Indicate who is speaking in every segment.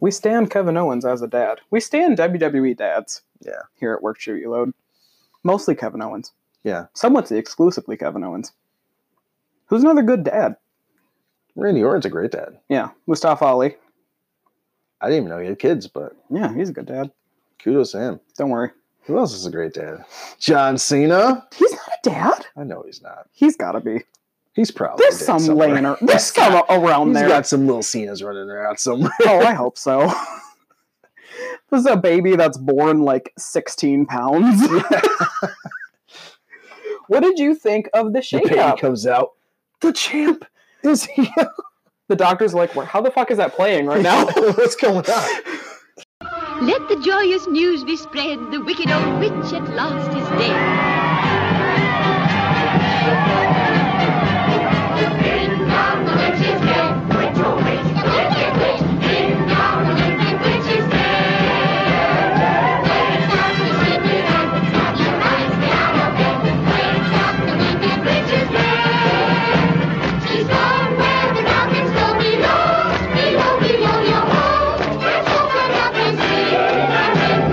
Speaker 1: We stand Kevin Owens as a dad. We stand WWE dads.
Speaker 2: Yeah.
Speaker 1: Here at Work Shoot You Load. Mostly Kevin Owens.
Speaker 2: Yeah.
Speaker 1: Somewhat exclusively Kevin Owens. Who's another good dad?
Speaker 2: Randy Orton's a great dad.
Speaker 1: Yeah. Mustafa Ali.
Speaker 2: I didn't even know he had kids, but
Speaker 1: Yeah, he's a good dad.
Speaker 2: kudos to him.
Speaker 1: Don't worry.
Speaker 2: Who else is a great dad? John Cena.
Speaker 1: He's not a dad.
Speaker 2: I know he's not.
Speaker 1: He's gotta be.
Speaker 2: He's probably
Speaker 1: There's
Speaker 2: dead
Speaker 1: some
Speaker 2: Oh, somewhere.
Speaker 1: laying ar- There's some around
Speaker 2: He's
Speaker 1: there.
Speaker 2: got some little Cenas running around somewhere.
Speaker 1: oh, I hope so. this is a baby that's born like 16 pounds. what did you think of the
Speaker 2: The pain
Speaker 1: shakeup?
Speaker 2: comes out. The champ is here
Speaker 1: The doctor's like, "Where- how the fuck is that playing right now?
Speaker 2: What's going on?
Speaker 3: Let the joyous news be spread. The wicked old witch at last is dead.
Speaker 4: She's gone where the mountains go below, below, below your home. Let's open up and see.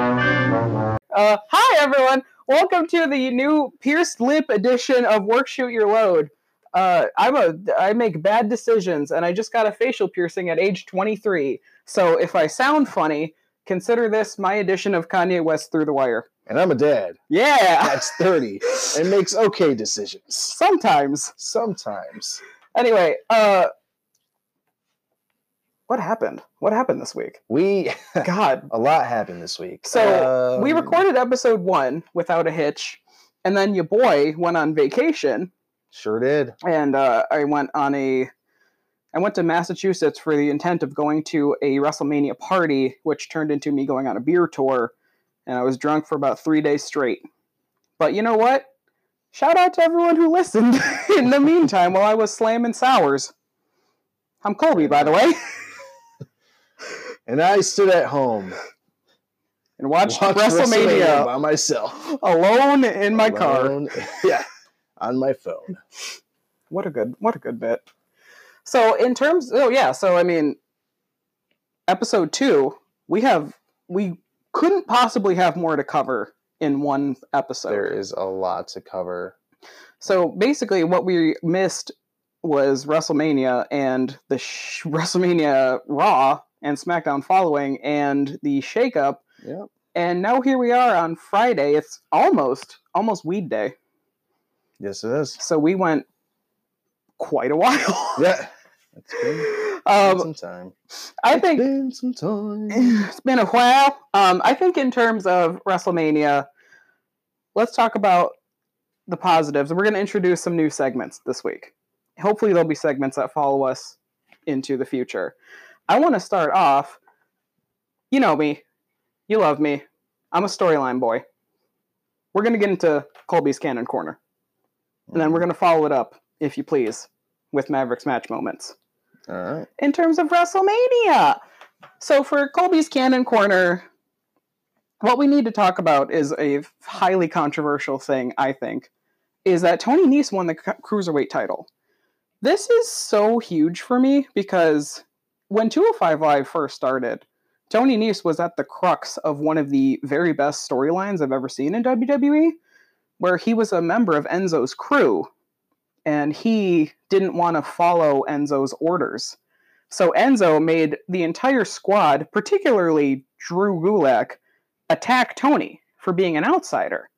Speaker 1: Uh, hi, everyone. Welcome to the new pierced lip edition of Work Shoot Your Load. Uh, I'm a I make bad decisions, and I just got a facial piercing at age 23. So if I sound funny, consider this my edition of Kanye West Through the Wire.
Speaker 2: And I'm a dad.
Speaker 1: Yeah,
Speaker 2: That's 30 and makes okay decisions.
Speaker 1: sometimes.
Speaker 2: Sometimes.
Speaker 1: Anyway, uh, what happened? What happened this week?
Speaker 2: We
Speaker 1: God,
Speaker 2: a lot happened this week.
Speaker 1: So, we
Speaker 2: Um,
Speaker 1: recorded episode one without a hitch, and then your boy went on vacation,
Speaker 2: Sure did.
Speaker 1: and uh, I went on a, I went to Massachusetts for the intent of going to a WrestleMania party, which turned into me going on a beer tour, and I was drunk for about three days straight. But you know what? Shout out to everyone who listened in the meantime while I was slamming sours. I'm Colby, by the way,
Speaker 2: And I stood at home
Speaker 1: and watched,
Speaker 2: watched
Speaker 1: WrestleMania,
Speaker 2: by myself
Speaker 1: alone in my car.
Speaker 2: Alone. yeah, on my phone.
Speaker 1: what a good what a good bit so in terms oh yeah so i mean episode two we have we couldn't possibly have more to cover in one episode
Speaker 2: There is a lot to cover.
Speaker 1: so basically what we missed was wrestlemania and the sh- wrestlemania raw and smackdown following and the shakeup
Speaker 2: Yep.
Speaker 1: and now here we are on friday it's almost almost weed day
Speaker 2: Yes, it is.
Speaker 1: so we went quite a while
Speaker 2: Yeah, it's been, been
Speaker 1: um,
Speaker 2: some time.
Speaker 1: i think
Speaker 2: been some time.
Speaker 1: it's been a while. Um, I think in terms of WrestleMania, let's talk about the positives. We're going to introduce some new segments this week. Hopefully, there'll be segments that follow us into the future. I want to start off. You know me. You love me. I'm a storyline boy. We're going to get into Colby's Cannon Corner, and then we're going to follow it up, if you please, with Mavericks match moments
Speaker 2: All right.
Speaker 1: in terms of WrestleMania. So for Colby's Cannon Corner, what we need to talk about is a highly controversial thing, I think, is that Tony Nese won the cu- cruiserweight title. This is so huge for me because when 205 Live first started, Tony Nese was at the crux of one of the very best storylines I've ever seen in WWE, where he was a member of Enzo's crew and he didn't want to follow Enzo's orders. So Enzo made the entire squad, particularly Drew Gulak, attack Tony for being an outsider.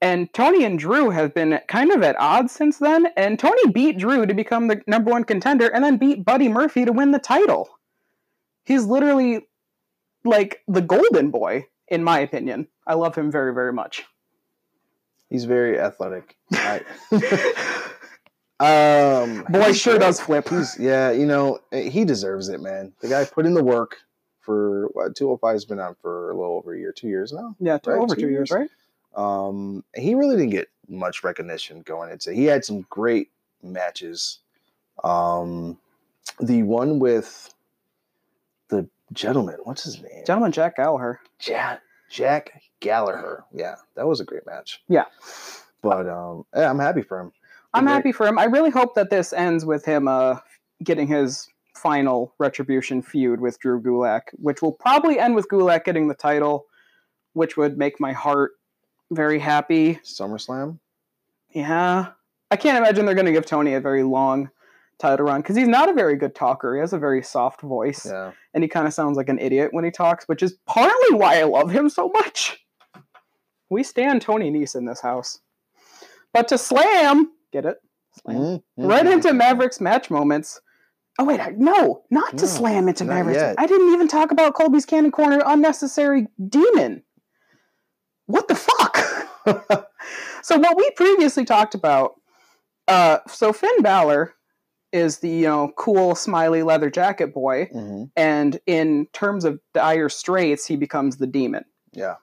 Speaker 1: And Tony and Drew have been kind of at odds since then. And Tony beat Drew to become the number one contender and then beat Buddy Murphy to win the title. He's literally like the golden boy, in my opinion. I love him very, very much.
Speaker 2: He's very athletic. I, um,
Speaker 1: Boy
Speaker 2: he's
Speaker 1: sure
Speaker 2: great.
Speaker 1: does flip.
Speaker 2: He's yeah. You know eh, he deserves it, man. The guy put in the work. for what, 205 has been on for a little over a year, two years now.
Speaker 1: Yeah, two,
Speaker 2: Right,
Speaker 1: over
Speaker 2: two
Speaker 1: two years,
Speaker 2: years.
Speaker 1: right?
Speaker 2: Um, he really didn't get much recognition going into. He had some great matches. Um, the one with the gentleman, what's his name?
Speaker 1: Gentleman Jack Gallagher.
Speaker 2: Jack Jack Gallagher. Yeah, that was a great match.
Speaker 1: Yeah.
Speaker 2: But um, yeah, I'm happy for him.
Speaker 1: I'm
Speaker 2: Right.
Speaker 1: happy for him. I really hope that this ends with him uh, getting his final retribution feud with Drew Gulak, which will probably end with Gulak getting the title, which would make my heart very happy.
Speaker 2: SummerSlam.
Speaker 1: Yeah. I can't imagine they're going to give Tony a very long title run because he's not a very good talker. He has a very soft voice
Speaker 2: Yeah.
Speaker 1: and he kind of sounds like an idiot when he talks, which is partly why I love him so much. We stand Tony Nese in this house. But to slam, get it? Slam.
Speaker 2: Mhm.
Speaker 1: Right into Mavericks match moments. Oh, wait, I- no, not to
Speaker 2: No,
Speaker 1: slam into
Speaker 2: not
Speaker 1: Mavericks.
Speaker 2: yet.
Speaker 1: I didn't even talk about Colby's Cannon Corner Unnecessary Demon. What the fuck? So what we previously talked about, uh, so Finn Balor is the you know cool smiley leather jacket boy,
Speaker 2: Mhm.
Speaker 1: and in terms of dire straits, he becomes the demon.
Speaker 2: Yeah.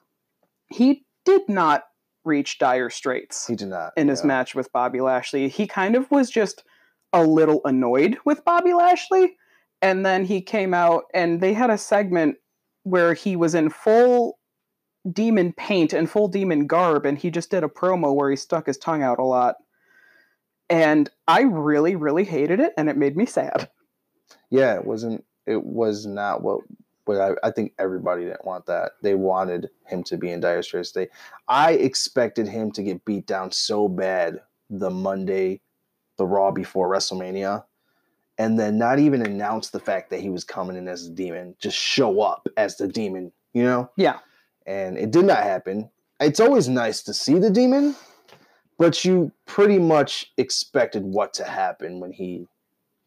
Speaker 1: He did not reach dire straits
Speaker 2: He did not.
Speaker 1: in his
Speaker 2: yeah.
Speaker 1: match with Bobby Lashley. He kind of was just a little annoyed with Bobby Lashley, and then he came out and they had a segment where he was in full demon paint and full demon garb, and he just did a promo where he stuck his tongue out a lot. And I really, really hated it, and it made me sad.
Speaker 2: Yeah, it wasn't. It was not what. But I, I think everybody didn't want that. They wanted him to be in dire straits. They, I expected him to get beat down so bad the Monday, the Raw before WrestleMania, and then not even announce the fact that he was coming in as a demon. Just show up as the demon, you know.
Speaker 1: Yeah.
Speaker 2: And it did not happen. It's always nice to see the demon, but you pretty much expected what to happen when he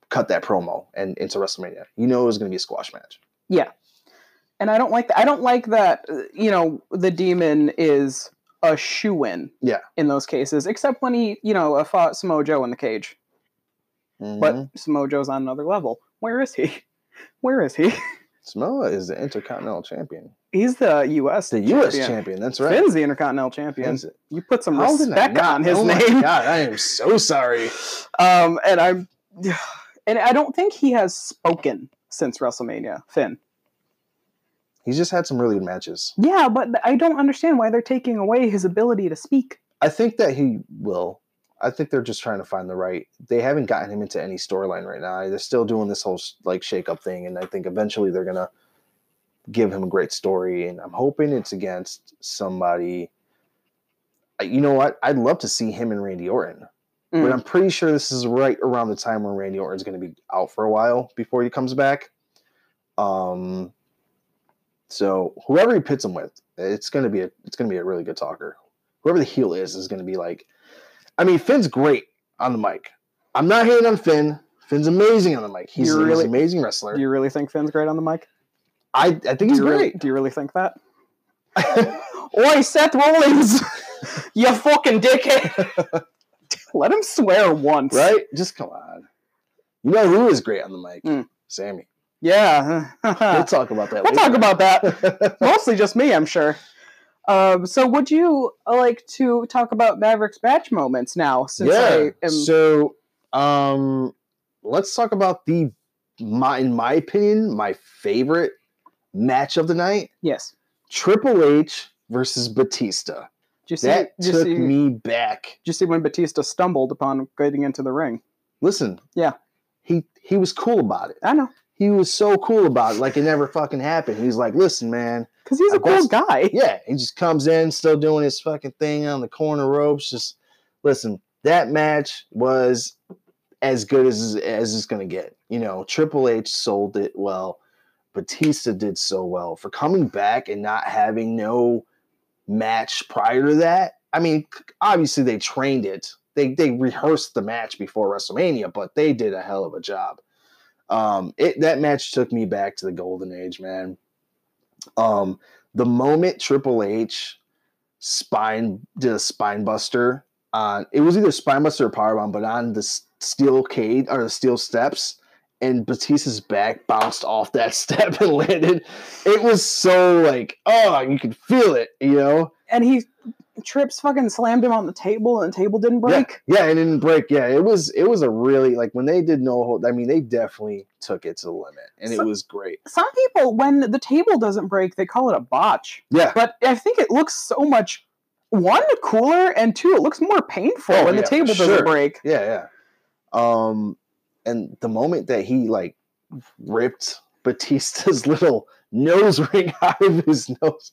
Speaker 2: cut that promo and into WrestleMania. You know it was going to be a squash match.
Speaker 1: And I don't like that. I don't like that. uh, You know, the demon is a shoe in.
Speaker 2: Yeah.
Speaker 1: In those cases, except when he, you know, uh, fought Samoa Joe in the cage. But
Speaker 2: Mhm.
Speaker 1: Samoa Joe's on another level. Where is he? Where is he?
Speaker 2: Samoa is the Intercontinental Champion,
Speaker 1: He's the U.S.
Speaker 2: the U.S.
Speaker 1: champion.
Speaker 2: champion. That's right.
Speaker 1: Finn's the Intercontinental Champion.
Speaker 2: Finn's it.
Speaker 1: You put some
Speaker 2: How did I
Speaker 1: respect
Speaker 2: not-
Speaker 1: on his
Speaker 2: oh my
Speaker 1: name.
Speaker 2: God, I am so sorry.
Speaker 1: Um, and I'm, and I don't think he has spoken since WrestleMania. Finn.
Speaker 2: He's just had some really good matches.
Speaker 1: Yeah, but I don't understand why they're taking away his ability to speak.
Speaker 2: I think that he will. I think they're just trying to find the right. They haven't gotten him into any storyline right now. They're still doing this whole sh- like shakeup thing, and I think eventually they're gonna give him a great story. And I'm hoping it's against somebody. Uh, You know what? I'd love to see him and Randy Orton,
Speaker 1: Mm.
Speaker 2: but I'm pretty sure this is right around the time when Randy Orton's gonna be out for a while before he comes back. Um. So whoever he pits him with, it's gonna be a it's gonna be a really good talker whoever the heel is is going to be like i mean finn's great on the mic i'm not hating on finn finn's amazing on the mic he's,
Speaker 1: You
Speaker 2: he's
Speaker 1: really-
Speaker 2: an amazing wrestler
Speaker 1: Do you really think Finn's great on the mic?
Speaker 2: I, I think
Speaker 1: Do
Speaker 2: he's
Speaker 1: you really,
Speaker 2: great
Speaker 1: do you really think that? Oi, Seth Rollins, you fucking dickhead! Let him swear once,
Speaker 2: right just come on you know who is great on the mic
Speaker 1: Mm.
Speaker 2: sammy
Speaker 1: Yeah.
Speaker 2: we'll talk about that
Speaker 1: We'll talk about that.
Speaker 2: that
Speaker 1: Mostly just me, I'm sure. Um, so, would you like to talk about Mavericks match moments now? Since
Speaker 2: yeah
Speaker 1: I am,
Speaker 2: so um let's talk about the my in my opinion my favorite match of the night
Speaker 1: yes.
Speaker 2: triple h versus batista
Speaker 1: Did you see?
Speaker 2: that
Speaker 1: did, you
Speaker 2: took
Speaker 1: see did
Speaker 2: me back
Speaker 1: you see when Batista stumbled upon getting into the ring?
Speaker 2: Listen.
Speaker 1: Yeah.
Speaker 2: He he was cool about it.
Speaker 1: I know,
Speaker 2: He was so cool about it, like it never fucking happened. He's like, listen, man.
Speaker 1: because he's a
Speaker 2: I
Speaker 1: cool
Speaker 2: guess-
Speaker 1: guy.
Speaker 2: Yeah, he just comes in, still doing his fucking thing on the corner ropes. Just listen, that match was as good as as it's gonna get. You know, Triple H sold it well. Batista did so well for coming back and not having no match prior to that. I mean, c- obviously they trained it. They they rehearsed the match before WrestleMania, but they did a hell of a job. Um, it that match took me back to the golden age, man. Um, the moment Triple H spine did a spine buster on it was either spine buster or powerbomb, but on the s- steel cage or the steel steps, and Batista's back bounced off that step and landed. It was so like, oh, you could feel it, you know?
Speaker 1: And he trips fucking slammed him on the table and the table didn't break.
Speaker 2: Yeah, yeah, it didn't break. Yeah, it was it was a really like when they did no hold. I mean, they definitely took it to the limit, and
Speaker 1: So-
Speaker 2: it was great.
Speaker 1: Some people, when the table doesn't break, they call it a botch.
Speaker 2: Yeah,
Speaker 1: But I think it looks so much one cooler and two it looks more painful
Speaker 2: Oh,
Speaker 1: when the
Speaker 2: yeah,
Speaker 1: table
Speaker 2: for
Speaker 1: doesn't
Speaker 2: sure.
Speaker 1: break.
Speaker 2: yeah, yeah. Um, and the moment that he like ripped Batista's little nose ring out of his nose,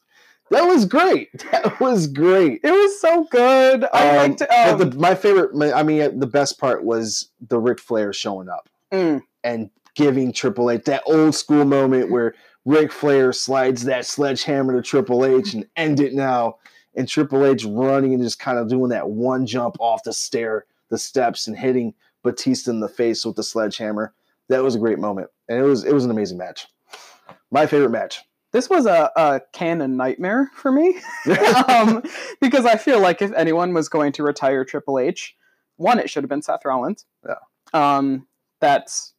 Speaker 2: that was great. That was great.
Speaker 1: It was so good. I
Speaker 2: Um,
Speaker 1: liked um,
Speaker 2: but the, my favorite, my, I mean, the best part was the Ric Flair showing up
Speaker 1: mm,
Speaker 2: and giving Triple H that old school moment where Ric Flair slides that sledgehammer to Triple H and end it now, and Triple H running and just kind of doing that one jump off the stair, the steps, and hitting Batista in the face with the sledgehammer. That was a great moment, and it was it was an amazing match. My favorite match.
Speaker 1: this was a, a canon nightmare for me. um, because I feel like if anyone was going to retire Triple H, one, it should have been Seth Rollins.
Speaker 2: Yeah.
Speaker 1: Um, that's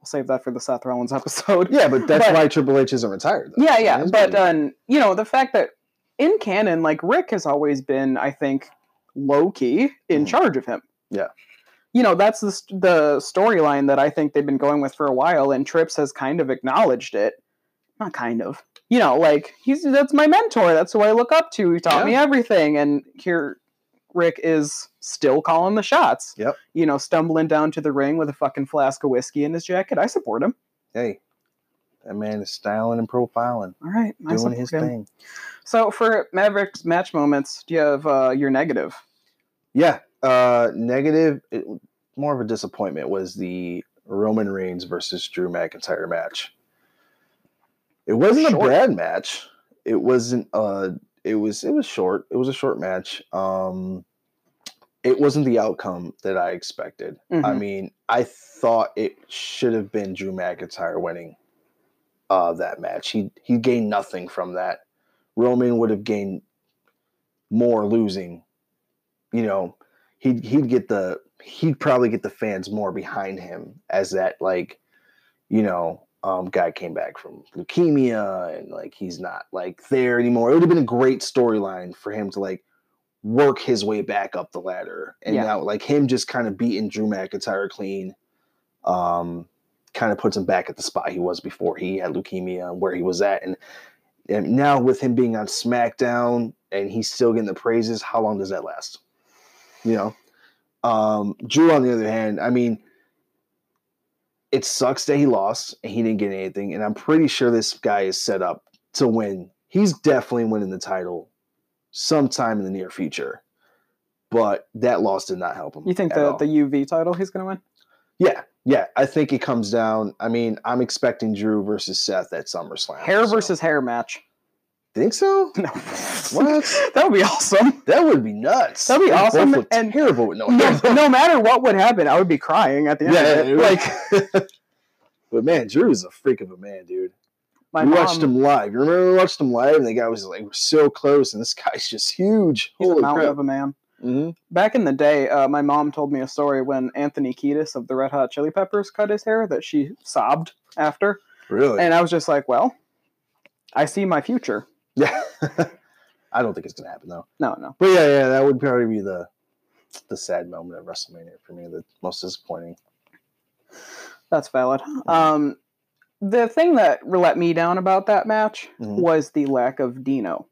Speaker 1: we'll save that for the Seth Rollins episode.
Speaker 2: yeah, but that's
Speaker 1: But-
Speaker 2: why Triple H isn't retired. though.
Speaker 1: Yeah,
Speaker 2: I mean,
Speaker 1: yeah.
Speaker 2: it's
Speaker 1: But
Speaker 2: been-
Speaker 1: um, you know, the fact that in canon, like Rick has always been, I think, low key in
Speaker 2: Mhm.
Speaker 1: charge of him.
Speaker 2: Yeah.
Speaker 1: You know, that's the, st- the storyline that I think they've been going with for a while, and Trips has kind of acknowledged it. Not kind of. You know, like he's that's my mentor. That's who I look up to. He taught me everything, and here Rick is still calling the shots.
Speaker 2: Yep.
Speaker 1: You know, stumbling down to the ring with a fucking flask of whiskey in his jacket. I support him.
Speaker 2: hey, that man is styling and profiling,
Speaker 1: All right, I
Speaker 2: doing
Speaker 1: support
Speaker 2: his
Speaker 1: him.
Speaker 2: thing.
Speaker 1: So for Mavericks match moments, do you have uh, your negative?
Speaker 2: Yeah, uh, negative. It, more of a disappointment was the Roman Reigns versus Drew McIntyre match. It wasn't
Speaker 1: Short.
Speaker 2: a bad match. It wasn't. Uh, it was. It was short. It was a short match. Um, it wasn't the outcome that I expected. I
Speaker 1: Mhm.
Speaker 2: mean, I thought it should have been Drew McIntyre winning uh, that match. He he gained nothing from that. Roman would have gained more losing. You know, he'd he'd get the he'd probably get the fans more behind him as that like, you know, um, guy came back from leukemia and like he's not like there anymore. It would have been a great storyline for him to like work his way back up the ladder. And
Speaker 1: Yeah.
Speaker 2: now like him just kind of beating Drew McIntyre clean um kind of puts him back at the spot he was before he had leukemia and where he was at. And and now with him being on SmackDown and he's still getting the praises, how long does that last? You know? Um Drew on the other hand, I mean it sucks that he lost and he didn't get anything. And I'm pretty sure this guy is set up to win. He's definitely winning the title sometime in the near future. But that loss did not help him.
Speaker 1: You think
Speaker 2: at
Speaker 1: the,
Speaker 2: all.
Speaker 1: the UV title he's going to win?
Speaker 2: Yeah, yeah. I think it comes down. I mean, I'm expecting Drew versus Seth at SummerSlam.
Speaker 1: Hair
Speaker 2: so-
Speaker 1: versus hair match.
Speaker 2: Think so?
Speaker 1: No.
Speaker 2: What?
Speaker 1: that would be awesome.
Speaker 2: That would be nuts.
Speaker 1: That'd be
Speaker 2: They both
Speaker 1: awesome,
Speaker 2: look
Speaker 1: and-
Speaker 2: terrible with no hair.
Speaker 1: No, no matter what would happen, I would be crying at the end of it. Like
Speaker 2: like. but man, Drew is a freak of a man, dude.
Speaker 1: my
Speaker 2: we
Speaker 1: mom,
Speaker 2: watched him live. You remember we watched him live, and the guy was like, "We're so close," and this guy's just huge.
Speaker 1: he's a
Speaker 2: Holy
Speaker 1: mountain
Speaker 2: crap!
Speaker 1: of a man.
Speaker 2: Mhm.
Speaker 1: Back in the day, uh, my mom told me a story when Anthony Kiedis of the Red Hot Chili Peppers cut his hair that she sobbed after,
Speaker 2: Really?
Speaker 1: and I was just like, "Well, I see my future."
Speaker 2: yeah. I don't think it's gonna happen though.
Speaker 1: No, no.
Speaker 2: But yeah, yeah, that would probably be the the sad moment of WrestleMania for me. The most disappointing.
Speaker 1: That's valid.
Speaker 2: Mm-hmm.
Speaker 1: Um, the thing that let me down about that match
Speaker 2: Mhm.
Speaker 1: was the lack of Dino.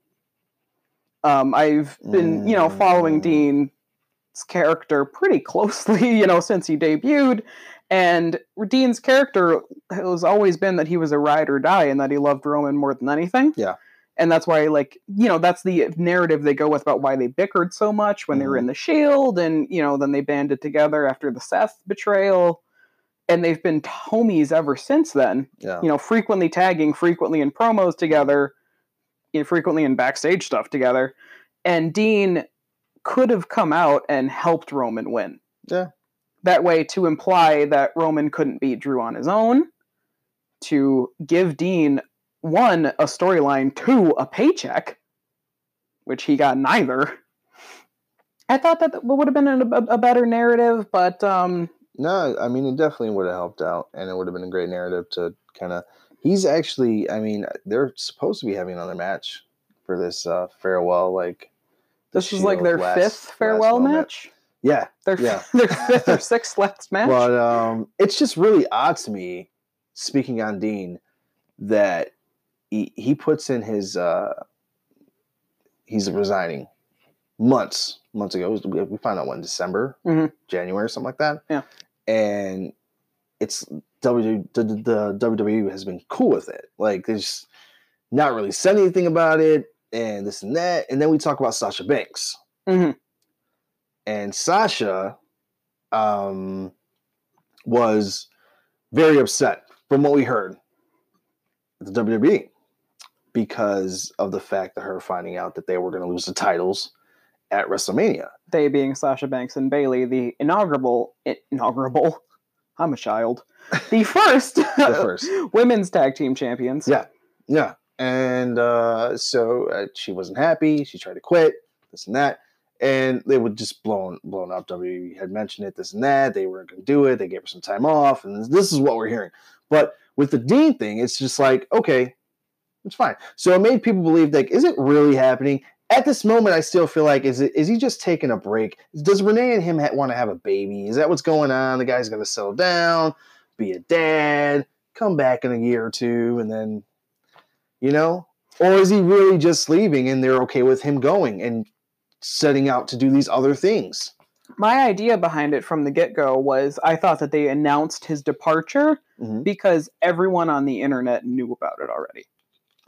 Speaker 1: Um, I've been, you know, following
Speaker 2: Mm.
Speaker 1: Dean's character pretty closely, you know, since he debuted. And Dean's character has always been that he was a ride or die and that he loved Roman more than anything.
Speaker 2: Yeah.
Speaker 1: And that's why, like, you know, that's the narrative they go with about why they bickered so much when they were
Speaker 2: Mhm.
Speaker 1: in the Shield. And, you know, then they banded together after the Seth betrayal. And they've been homies ever since then
Speaker 2: Yeah.
Speaker 1: you know, frequently tagging, frequently in promos together, you know, frequently in backstage stuff together. And Dean could have come out and helped Roman win.
Speaker 2: Yeah.
Speaker 1: That way to imply that Roman couldn't beat Drew on his own, to give Dean one a storyline, two a paycheck, which he got neither. I thought that would have been a, a better narrative, but um,
Speaker 2: No, I mean it definitely would have helped out, and it would have been a great narrative to kind of. He's actually, I mean, they're supposed to be having another match for this uh, farewell. Like the
Speaker 1: This is like
Speaker 2: Shield
Speaker 1: their
Speaker 2: last-
Speaker 1: fifth
Speaker 2: last
Speaker 1: farewell
Speaker 2: moment.
Speaker 1: match.
Speaker 2: Yeah,
Speaker 1: Their,
Speaker 2: Yeah.
Speaker 1: their fifth or sixth last match.
Speaker 2: but um, it's just really odd to me. Speaking on Dean, that he, he puts in his uh, he's resigning months months ago. It was- We we found out when December,
Speaker 1: Mhm.
Speaker 2: January, or something like that.
Speaker 1: Yeah.
Speaker 2: and it's W the, the- the WWE has been cool with it. Like they just not really said anything about it, and this and that. And then we talk about Sasha Banks
Speaker 1: Mhm.
Speaker 2: and Sasha um, was very upset from what we heard at the WWE because of the fact that her finding out that they were going to lose the titles at WrestleMania.
Speaker 1: They being Sasha Banks and Bailey, the inaugural inaugural. I'm a child. The first,
Speaker 2: The first,
Speaker 1: women's tag team champions.
Speaker 2: Yeah. yeah, and uh, so uh, she wasn't happy. She tried to quit. This and that. And they were just blown blown up. WWE had mentioned it, this and that. They weren't going to do it. They gave her some time off, and this- this is what we're hearing. But with the Dean thing, it's just like, okay, it's fine. So it made people believe like, is it really happening? At this moment, I still feel like is it is he just taking a break? Does Renee and him ha- want to have a baby? Is that what's going on? The guy's going to settle down, be a dad, come back in a year or two, and then, you know, or is he really just leaving and they're okay with him going and setting out to do these other things?
Speaker 1: My idea behind it from the get go was I thought that they announced his departure
Speaker 2: Mhm.
Speaker 1: because everyone on the internet knew about it already.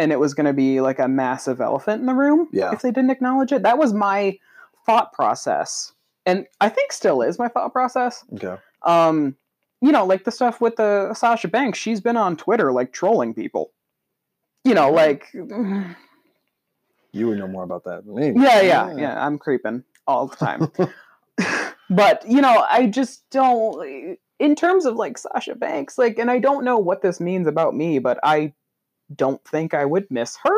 Speaker 1: And it was going to be like a massive elephant in the room
Speaker 2: Yeah.
Speaker 1: if they didn't acknowledge it. That was my thought process. And I think still is my thought process.
Speaker 2: Okay.
Speaker 1: Um, you know, like the stuff with the Sasha Banks, she's been on Twitter like trolling people. You know, like
Speaker 2: You would know more about that than me.
Speaker 1: Yeah, yeah, yeah. I'm creeping all the time. but, you know, I just don't in terms of like Sasha Banks, like and I don't know what this means about me, but I don't think I would miss her.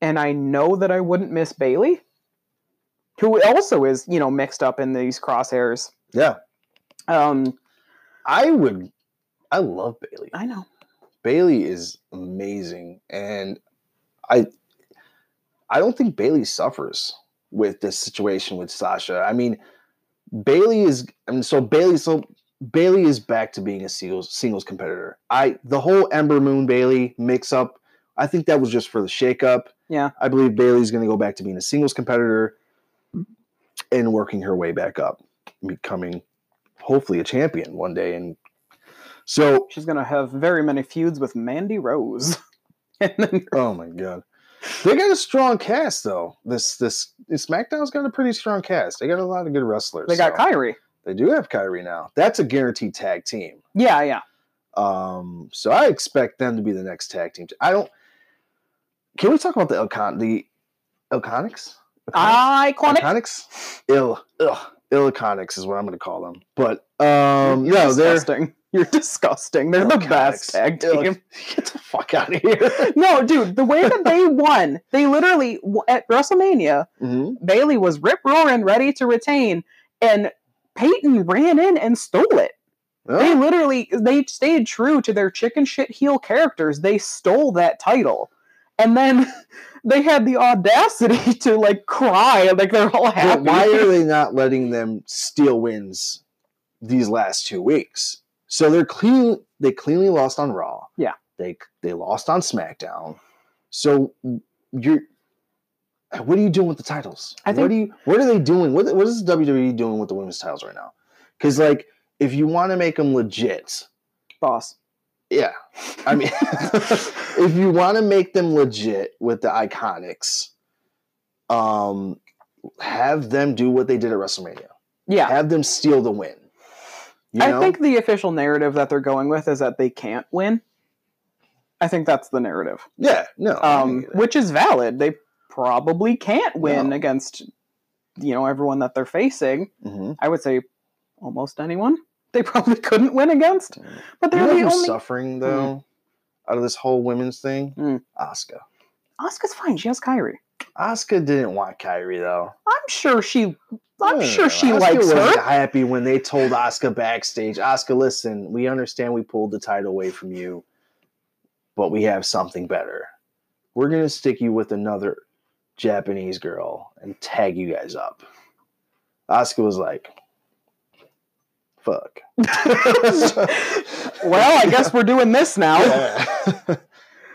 Speaker 1: And I know that I wouldn't miss Bailey, who also is, you know, mixed up in these crosshairs.
Speaker 2: Yeah.
Speaker 1: Um,
Speaker 2: I would I love Bailey.
Speaker 1: I know.
Speaker 2: Bailey is amazing, and I I don't think Bailey suffers with this situation with Sasha. I mean, Bailey is I mean, so Bailey so Bailey is back to being a singles singles competitor. I the whole Ember Moon Bailey mix up. I think that was just for the shakeup.
Speaker 1: Yeah.
Speaker 2: I believe Bailey's going to go back to being a singles competitor and working her way back up, becoming hopefully a champion one day. And so
Speaker 1: She's gonna have very many feuds with Mandy Rose. and then
Speaker 2: Oh my god. They got a strong cast though. This this SmackDown's got a pretty strong cast. They got a lot of good wrestlers.
Speaker 1: they got
Speaker 2: so-
Speaker 1: Kyrie.
Speaker 2: They do have Kyrie now. That's a guaranteed tag team.
Speaker 1: Yeah, yeah.
Speaker 2: Um, so I expect them to be the next tag team. I don't. Can we talk about the Elcon the Elconics?
Speaker 1: Uh, Iconic.
Speaker 2: Elconics? Ill ugh, Ilconics is what I'm going to call them. But um, no, they're
Speaker 1: disgusting. You're disgusting. They're the best
Speaker 2: Ilconics.
Speaker 1: tag
Speaker 2: Ill-
Speaker 1: team.
Speaker 2: Get the fuck out of here.
Speaker 1: No, dude, the way that they won, they literally w- at WrestleMania,
Speaker 2: Mhm.
Speaker 1: Bailey was rip roaring, ready to retain, and Peyton ran in and stole it. They
Speaker 2: Oh,
Speaker 1: literally they stayed true to their chicken shit heel characters. They stole that title. And then they had the audacity to like cry like they're all happy.
Speaker 2: But why are they not letting them steal wins these last two weeks? So they're clean. They cleanly lost on Raw.
Speaker 1: Yeah.
Speaker 2: They they lost on SmackDown. So you're. What are you doing with the titles?
Speaker 1: I
Speaker 2: what
Speaker 1: think-
Speaker 2: do you? What are they doing? What what is WWE doing with the women's titles right now? Because like, if you want to make them legit,
Speaker 1: boss?
Speaker 2: yeah. I mean, if you want to make them legit with the iconics, um, have them do what they did at WrestleMania.
Speaker 1: Yeah.
Speaker 2: Have them steal the win. You
Speaker 1: I
Speaker 2: know?
Speaker 1: think the official narrative that they're going with is that they can't win. I think that's the narrative,
Speaker 2: Yeah. No. I
Speaker 1: um,
Speaker 2: mean,
Speaker 1: which is valid. They probably can't win
Speaker 2: No.
Speaker 1: against, you know, everyone that they're facing.
Speaker 2: mhm.
Speaker 1: I would say almost anyone. They probably couldn't win against, but
Speaker 2: You
Speaker 1: they're
Speaker 2: know
Speaker 1: the
Speaker 2: who's
Speaker 1: only. Hmm.
Speaker 2: suffering though out of this whole women's thing?
Speaker 1: Mm.
Speaker 2: Asuka.
Speaker 1: Asuka's fine. She has Kyrie.
Speaker 2: Oscar didn't want Kyrie though.
Speaker 1: I'm sure she. I'm
Speaker 2: Yeah,
Speaker 1: sure she
Speaker 2: Asuka
Speaker 1: likes
Speaker 2: wasn't
Speaker 1: her.
Speaker 2: happy when they told Oscar backstage, Oscar, listen, we understand we pulled the title away from you, but we have something better. We're gonna stick you with another Japanese girl and tag you guys up. Oscar was like, "Fuck."
Speaker 1: Well, I guess we're doing this now.
Speaker 2: Yeah.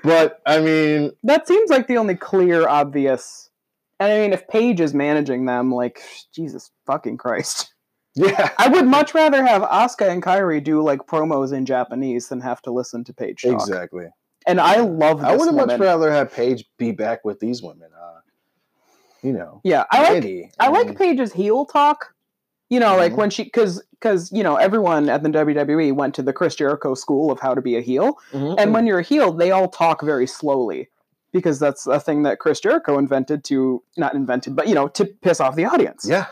Speaker 2: but I mean,
Speaker 1: That seems like the only clear, obvious. And I mean, if Paige is managing them, like Jesus fucking Christ,
Speaker 2: yeah,
Speaker 1: I would much rather have Asuka and Kyrie do like promos in Japanese than have to listen to Paige talk.
Speaker 2: exactly.
Speaker 1: And I love. This
Speaker 2: I would have much
Speaker 1: woman.
Speaker 2: rather have Paige be back with these women. Uh, you know,
Speaker 1: Yeah, I like.
Speaker 2: Mandy
Speaker 1: I
Speaker 2: and-
Speaker 1: like Paige's heel talk. You know, like
Speaker 2: Mhm.
Speaker 1: when she, because because you know everyone at the WWE went to the Chris Jericho school of how to be a heel,
Speaker 2: mm-hmm.
Speaker 1: and when you're a heel, they all talk very slowly because that's a thing that Chris Jericho invented to not invented, but you know, to piss off the audience.
Speaker 2: yeah,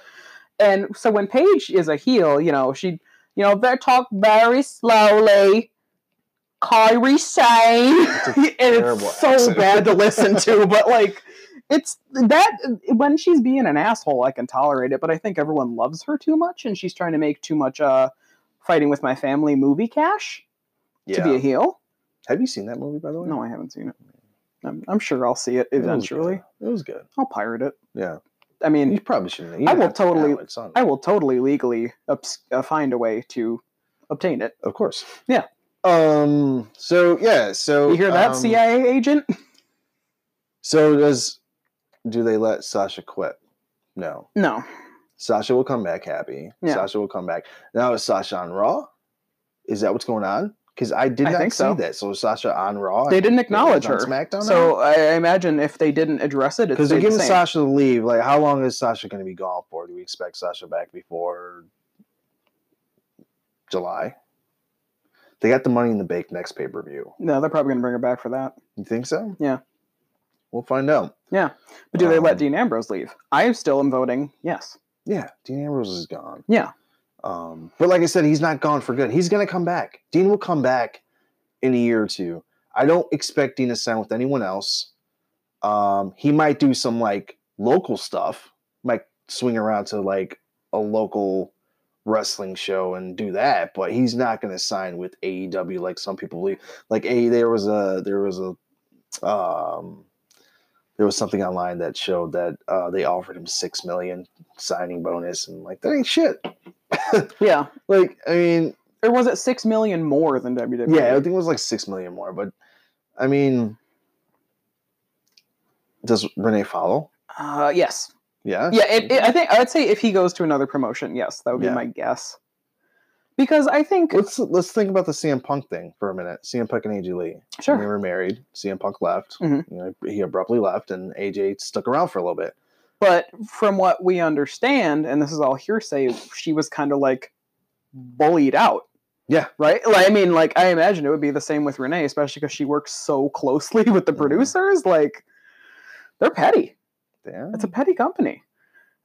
Speaker 1: And so when Paige is a heel, you know, she, you know, they talk very slowly. Kyrie saying, and
Speaker 2: terrible
Speaker 1: it's so
Speaker 2: accent.
Speaker 1: bad to listen to, but like, it's that when she's being an asshole, I can tolerate it, but I think everyone loves her too much, and she's trying to make too much uh, fighting with my family movie cash
Speaker 2: yeah.
Speaker 1: to be a heel.
Speaker 2: have you seen that movie by the way?
Speaker 1: No, I haven't seen it. I'm, I'm sure I'll see it
Speaker 2: It was good.
Speaker 1: eventually.
Speaker 2: It was good.
Speaker 1: I'll pirate it.
Speaker 2: Yeah,
Speaker 1: I
Speaker 2: you
Speaker 1: mean,
Speaker 2: probably shouldn't. You
Speaker 1: I
Speaker 2: don't
Speaker 1: will
Speaker 2: have to
Speaker 1: totally-
Speaker 2: now, it's on-
Speaker 1: I will totally legally obs- uh, find a way to obtain it.
Speaker 2: of course.
Speaker 1: Yeah.
Speaker 2: Um. So yeah. So
Speaker 1: You hear that,
Speaker 2: um,
Speaker 1: CIA agent?
Speaker 2: So does do they let Sasha quit? No.
Speaker 1: No.
Speaker 2: Sasha will come back happy.
Speaker 1: Yeah.
Speaker 2: Sasha will come back. Now is Sasha on Raw? Is that what's going on? Because I did
Speaker 1: I
Speaker 2: not
Speaker 1: think
Speaker 2: see
Speaker 1: so.
Speaker 2: that. So is Sasha on Raw?
Speaker 1: They
Speaker 2: and
Speaker 1: didn't
Speaker 2: Bayley's
Speaker 1: acknowledge
Speaker 2: on
Speaker 1: her.
Speaker 2: SmackDown.
Speaker 1: So I I imagine if they didn't address it, it's
Speaker 2: because they're
Speaker 1: the
Speaker 2: giving
Speaker 1: same.
Speaker 2: Sasha the leave. Like, how long is Sasha going to be gone for? Do we expect Sasha back before July? They got the money in the bank next pay per view.
Speaker 1: No, they're probably going to bring her back for that.
Speaker 2: You think so?
Speaker 1: Yeah.
Speaker 2: We'll find out.
Speaker 1: But do they
Speaker 2: Um,
Speaker 1: let Dean Ambrose leave? I still am voting yes.
Speaker 2: Yeah, Dean Ambrose is gone.
Speaker 1: Yeah.
Speaker 2: Um, but like I said, he's not gone for good. He's gonna come back. Dean will come back in a year or two. I don't expect Dean to sign with anyone else. Um, he might do some like local stuff, might swing around to like a local wrestling show and do that, but he's not gonna sign with AEW like some people believe. Like a E, there was a there was a um there was something online that showed that uh, they offered him six million signing bonus and like that ain't shit.
Speaker 1: Yeah.
Speaker 2: Like, I mean,
Speaker 1: Or was it six million more than E? WWE?
Speaker 2: yeah, I think it was like six million more, but I mean, does Renee follow?
Speaker 1: Uh, yes.
Speaker 2: Yeah,
Speaker 1: yeah it, it, i think i'd say if he goes to another promotion yes that would
Speaker 2: Yeah.
Speaker 1: be my guess because i think
Speaker 2: Let's let's think about the CM Punk thing for a minute. CM Punk and AJ Lee. They
Speaker 1: sure
Speaker 2: were married. CM Punk left.
Speaker 1: Mhm.
Speaker 2: You know, he abruptly left, and AJ stuck around for a little bit.
Speaker 1: but from what we understand and this is all hearsay she was kind of like bullied out
Speaker 2: Yeah.
Speaker 1: right like, i mean like i imagine it would be the same with renee especially because she works so closely with the
Speaker 2: Mhm.
Speaker 1: producers like they're petty
Speaker 2: Yeah.
Speaker 1: It's a petty company.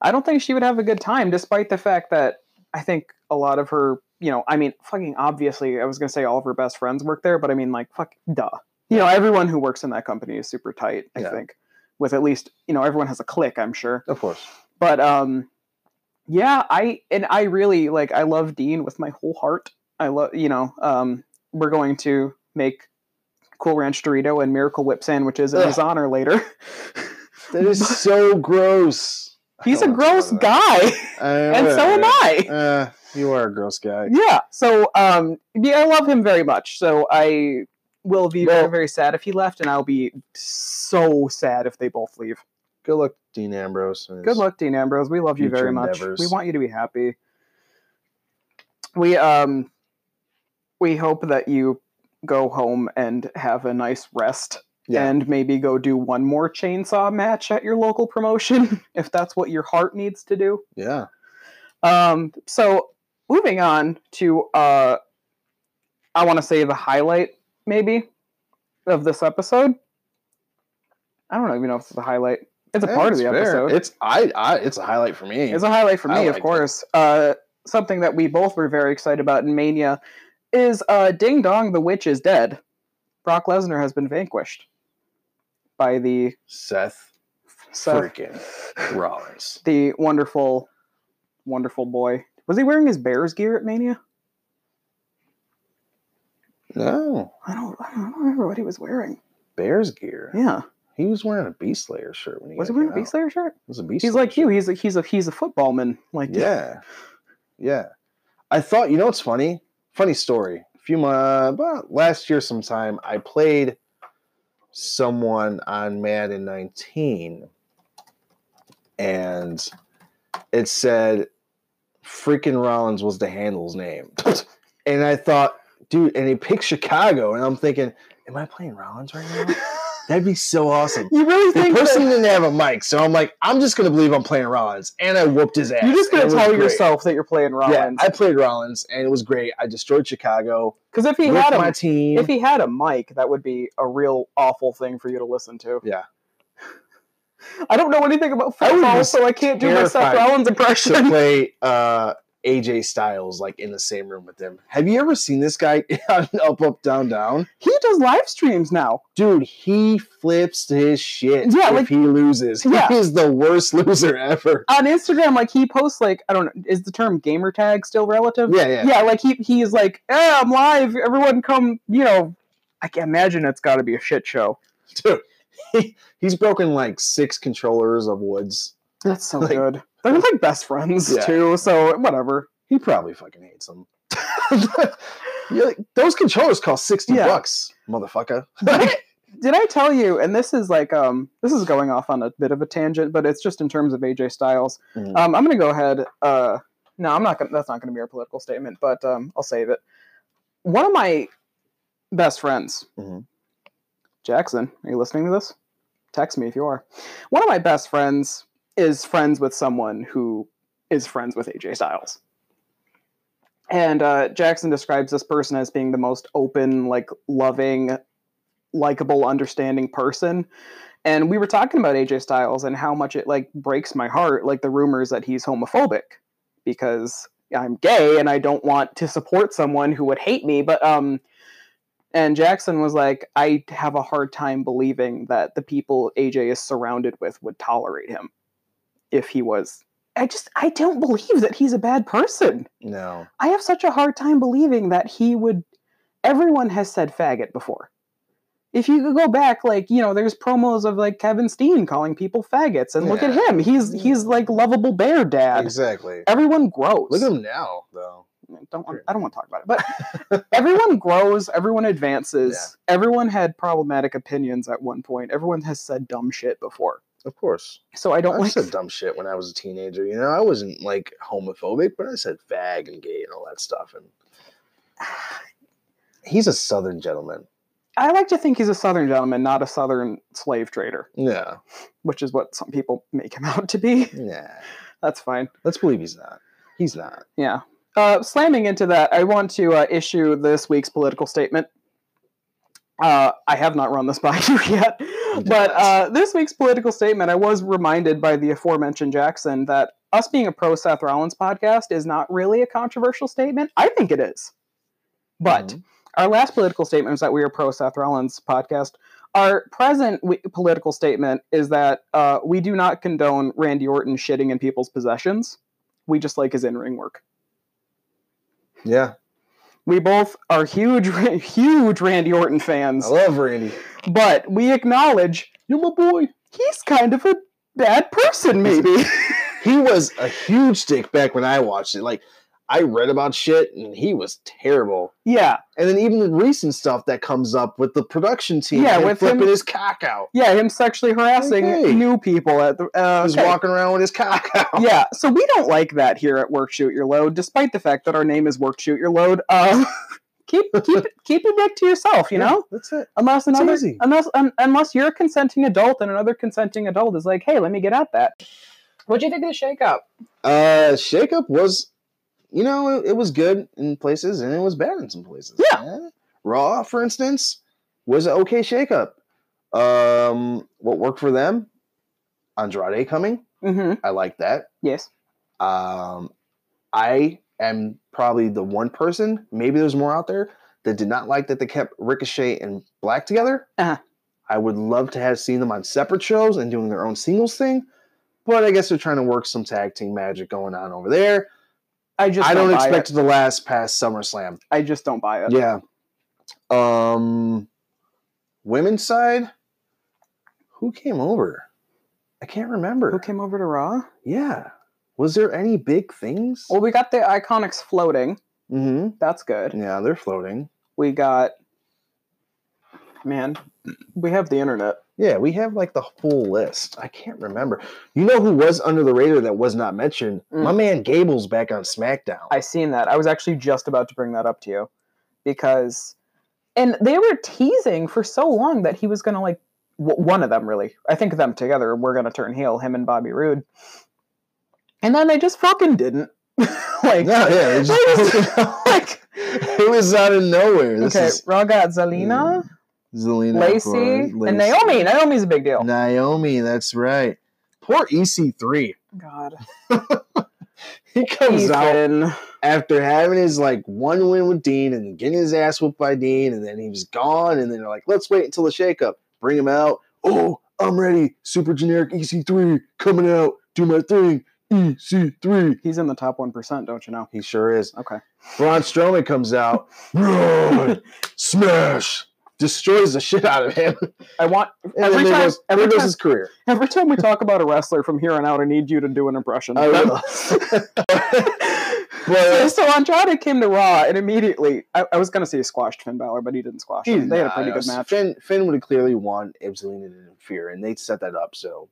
Speaker 1: I don't think she would have a good time, despite the fact that I think a lot of her, you know, I mean, fucking obviously, I was gonna say all of her best friends work there, but I mean, like, fuck, duh. You know, everyone who works in that company is super tight. I
Speaker 2: Yeah.
Speaker 1: think, with at least, you know, everyone has a clique. I'm sure,
Speaker 2: Of course.
Speaker 1: but um, yeah, I and I really like. I love Dean with my whole heart. I love, you know, um, we're going to make Cool Ranch Dorito and Miracle Whip sandwiches in his honor later.
Speaker 2: That is so gross. I
Speaker 1: He's a
Speaker 2: don't wanna
Speaker 1: gross
Speaker 2: talk about
Speaker 1: guy.
Speaker 2: that. I-
Speaker 1: and so am I.
Speaker 2: Uh, you are a gross guy.
Speaker 1: Yeah. So um yeah, I love him very much. So I will be very,
Speaker 2: Well-
Speaker 1: very sad if he left, and I'll be so sad if they both leave.
Speaker 2: Good luck, Dean Ambrose. and his-
Speaker 1: Good luck, Dean Ambrose. We love you
Speaker 2: Future
Speaker 1: very much. We
Speaker 2: endeavors.
Speaker 1: want you to be happy. We um we hope that you go home and have a nice rest
Speaker 2: Yeah.
Speaker 1: and maybe go do one more chainsaw match at your local promotion if that's what your heart needs to do.
Speaker 2: Yeah.
Speaker 1: Um, so moving on to uh, I want to say the highlight maybe of this episode. I don't even know if it's a highlight. It's a part of
Speaker 2: That's
Speaker 1: the
Speaker 2: fair.
Speaker 1: episode.
Speaker 2: It's I, I. It's a highlight for me.
Speaker 1: It's a highlight for
Speaker 2: I
Speaker 1: me,
Speaker 2: liked
Speaker 1: of
Speaker 2: it.
Speaker 1: course. Uh, something that we both were very excited about in Mania is uh, Ding Dong, the witch is dead. Brock Lesnar has been vanquished by the
Speaker 2: Seth
Speaker 1: So
Speaker 2: Freaking Rollins.
Speaker 1: the wonderful, wonderful boy. Was he wearing his Bears gear at Mania?
Speaker 2: No,
Speaker 1: I don't, I don't remember what he was wearing.
Speaker 2: Bears gear.
Speaker 1: Yeah,
Speaker 2: He was wearing a Beast Slayer shirt when he
Speaker 1: was he
Speaker 2: got
Speaker 1: wearing a
Speaker 2: came out.
Speaker 1: Beast Slayer shirt?
Speaker 2: It was a Beast.
Speaker 1: He's
Speaker 2: Slayer
Speaker 1: like you. He's a, he's a he's a football man. Like
Speaker 2: Yeah. Yeah. I thought, you know what's funny? Funny story. A few months, about last year sometime, I played someone on Madden 19 and it said freaking Rollins was the handle's name. and I thought, dude, and he picked Chicago. And I'm thinking, am I playing Rollins right now? That'd be so awesome.
Speaker 1: you really
Speaker 2: The
Speaker 1: think
Speaker 2: person
Speaker 1: that,
Speaker 2: didn't have a mic, so I'm like, I'm just gonna believe I'm playing Rollins, and I whooped his ass.
Speaker 1: you're just
Speaker 2: and
Speaker 1: gonna
Speaker 2: it was
Speaker 1: tell
Speaker 2: great.
Speaker 1: yourself that you're playing Rollins?
Speaker 2: Yeah, I played Rollins, and it was great. I destroyed Chicago
Speaker 1: Because if he
Speaker 2: with
Speaker 1: had a
Speaker 2: my team.
Speaker 1: if he had a mic, that would be a real awful thing for you to listen to.
Speaker 2: Yeah.
Speaker 1: I don't know anything about
Speaker 2: I would
Speaker 1: football,
Speaker 2: be
Speaker 1: so I can't do my Seth
Speaker 2: terrified
Speaker 1: Rollins
Speaker 2: to
Speaker 1: impression.
Speaker 2: play uh, AJ Styles like in the same room with him. Have you ever seen this guy on up up down down?
Speaker 1: he does live streams now.
Speaker 2: Dude, he flips his shit
Speaker 1: Yeah,
Speaker 2: if
Speaker 1: like-
Speaker 2: he loses.
Speaker 1: Yeah.
Speaker 2: He is the worst loser ever.
Speaker 1: On Instagram, like he posts like I don't know, is the term gamer tag still relative?
Speaker 2: Yeah, yeah.
Speaker 1: Um, yeah like he he's like, eh, I'm live, everyone come, you know. I can imagine it's gotta be a shit show.
Speaker 2: Dude, he, he's broken like six controllers of woods.
Speaker 1: That's so
Speaker 2: Like-
Speaker 1: good. They're like best friends
Speaker 2: Yeah.
Speaker 1: too, so whatever.
Speaker 2: He probably fucking hates them. You're like, those controllers cost 60
Speaker 1: Yeah.
Speaker 2: bucks, motherfucker.
Speaker 1: Did I- did I tell you? And this is like um this is going off on a bit of a tangent, but it's just in terms of AJ Styles.
Speaker 2: Mhm.
Speaker 1: Um, I'm gonna go ahead. Uh, no, I'm not gonna. That's not gonna be our political statement, but um, I'll save it. One of my best friends,
Speaker 2: Mhm.
Speaker 1: Jackson. Are you listening to this? Text me if you are. One of my best friends is friends with someone who is friends with AJ Styles. And uh, Jackson describes this person as being the most open, like loving, likable, understanding person. And we were talking about AJ Styles and how much it like breaks my heart, like the rumors that he's homophobic because I'm gay and I don't want to support someone who would hate me. But um, and Jackson was like, I have a hard time believing that the people AJ is surrounded with would tolerate him if he was. I just I don't believe that he's a bad person.
Speaker 2: No.
Speaker 1: I have such a hard time believing that he would. Everyone has said faggot before. If you could go back, like you know, there's promos of like Kevin Steen calling people faggots, and look at
Speaker 2: Yeah.
Speaker 1: him. He's he's like lovable bear dad.
Speaker 2: Exactly.
Speaker 1: Everyone grows.
Speaker 2: Look at him now, though.
Speaker 1: Don't want, I don't want to talk about it. But everyone grows. Everyone advances. Everyone had problematic opinions at one point. Everyone has said dumb shit before.
Speaker 2: Of course.
Speaker 1: So I
Speaker 2: I
Speaker 1: don't like.
Speaker 2: said dumb shit when I was a teenager. You know, I wasn't like homophobic, but I said fag and gay and all that stuff. And he's a southern gentleman.
Speaker 1: I like to think he's a Southern gentleman, not a Southern slave trader,
Speaker 2: Yeah.
Speaker 1: which is what some people make him out to be.
Speaker 2: Nah.
Speaker 1: That's fine.
Speaker 2: Let's believe he's not. He's not.
Speaker 1: Yeah. Uh, slamming into that, I want to uh, issue this week's political statement. Uh, I have not run this by you yet,
Speaker 2: did
Speaker 1: but
Speaker 2: not.
Speaker 1: uh, this week's political statement, I was reminded by the aforementioned Jackson that us being a pro Seth Rollins podcast is not really a controversial statement. I think it is. But
Speaker 2: Mhm.
Speaker 1: our last political statement is that we are pro Seth Rollins podcast. Our present w- political statement is that uh, we do not condone Randy Orton shitting in people's possessions. We just like his in ring work
Speaker 2: yeah.
Speaker 1: we both are huge huge randy orton
Speaker 2: I
Speaker 1: fans
Speaker 2: love Randy.
Speaker 1: but we acknowledge
Speaker 2: You're my boy.
Speaker 1: he's kind of a bad person maybe
Speaker 2: he was a huge dick back when I watched it. Like I read about shit and he was terrible.
Speaker 1: yeah
Speaker 2: And then even the recent stuff that comes up with the production team,
Speaker 1: Yeah,
Speaker 2: him
Speaker 1: with
Speaker 2: flipping
Speaker 1: him-
Speaker 2: his cock out.
Speaker 1: yeah him sexually harassing
Speaker 2: Okay.
Speaker 1: new people at the uh,
Speaker 2: He's
Speaker 1: okay.
Speaker 2: walking around with his cock out.
Speaker 1: yeah so we don't like that here at work shoot your load despite the fact that our name is work shoot your load uh, keep keep keep your dick to yourself you know
Speaker 2: that's it.
Speaker 1: unless another
Speaker 2: easy.
Speaker 1: unless un, unless you're a consenting adult and another consenting adult is like hey let me get at that what'd you think of the shake up
Speaker 2: Uh, shakeup was, you know, it, it was good in places and it was bad in some places.
Speaker 1: Yeah.
Speaker 2: Raw, for instance, was an okay shakeup. Um, what worked for them? Andrade coming,
Speaker 1: mm-hmm
Speaker 2: I like that.
Speaker 1: yes
Speaker 2: Um, I am probably the one person, maybe there's more out there, that did not like that they kept Ricochet and Black together.
Speaker 1: Uh-huh.
Speaker 2: I would love to have seen them on separate shows and doing their own singles thing, but I guess they're trying to work some tag team magic going on over there.
Speaker 1: I just
Speaker 2: I don't
Speaker 1: buy
Speaker 2: expect
Speaker 1: It.
Speaker 2: it to last past SummerSlam.
Speaker 1: I just don't buy it.
Speaker 2: Yeah. Um women's side who came over? I can't remember.
Speaker 1: Who came over to Raw?
Speaker 2: Yeah. Was there any big things?
Speaker 1: Well, we got the Iconics floating.
Speaker 2: Mhm.
Speaker 1: That's good.
Speaker 2: Yeah, they're floating.
Speaker 1: We got man, we have the internet.
Speaker 2: Yeah, we have like the full list. I can't remember. You know who was under the radar that was not mentioned?
Speaker 1: Mm.
Speaker 2: My man Gable's back on SmackDown.
Speaker 1: I seen that. I was actually just about to bring that up to you because, and they were teasing for so long that he was gonna like w- one of them really. I think them together were gonna turn heel, him and Bobby Roode, and then they just fucking didn't. like,
Speaker 2: no, yeah, it,
Speaker 1: they just-
Speaker 2: just,
Speaker 1: like
Speaker 2: it was out of nowhere. This
Speaker 1: okay,
Speaker 2: is
Speaker 1: Raw got Zelina,
Speaker 2: Zelina
Speaker 1: Lacey,
Speaker 2: Ford,
Speaker 1: and
Speaker 2: Lacey.
Speaker 1: Naomi. Naomi's a big deal.
Speaker 2: Naomi, that's right. Poor EC3.
Speaker 1: God,
Speaker 2: He
Speaker 1: E
Speaker 2: comes out
Speaker 1: Ethan.
Speaker 2: after having his like one win with Dean and getting his ass whooped by Dean, and then he was gone. And then they're like, let's wait until the shakeup. Bring him out. Oh, I'm ready. Super generic EC3 coming out. Do my thing. EC3.
Speaker 1: He's in the top one percent, don't you know?
Speaker 2: He sure is.
Speaker 1: Okay.
Speaker 2: Braun Strowman comes out. Run, smash. Destroys the shit out of him.
Speaker 1: I want
Speaker 2: And
Speaker 1: Every
Speaker 2: then there
Speaker 1: time-
Speaker 2: goes, there
Speaker 1: every
Speaker 2: goes
Speaker 1: time-
Speaker 2: his career.
Speaker 1: every time we talk about a wrestler from here on out, I need you to do an impression.
Speaker 2: I
Speaker 1: That-
Speaker 2: will. but uh,
Speaker 1: so Andrade came to Raw, and immediately I, I was going to say he squashed Finn Balor, but he didn't squash him. They had a
Speaker 2: Nah,
Speaker 1: pretty
Speaker 2: it
Speaker 1: good
Speaker 2: was-
Speaker 1: match.
Speaker 2: Finn, Finn would have clearly won if Zelina didn't interfere, and they set that up. So,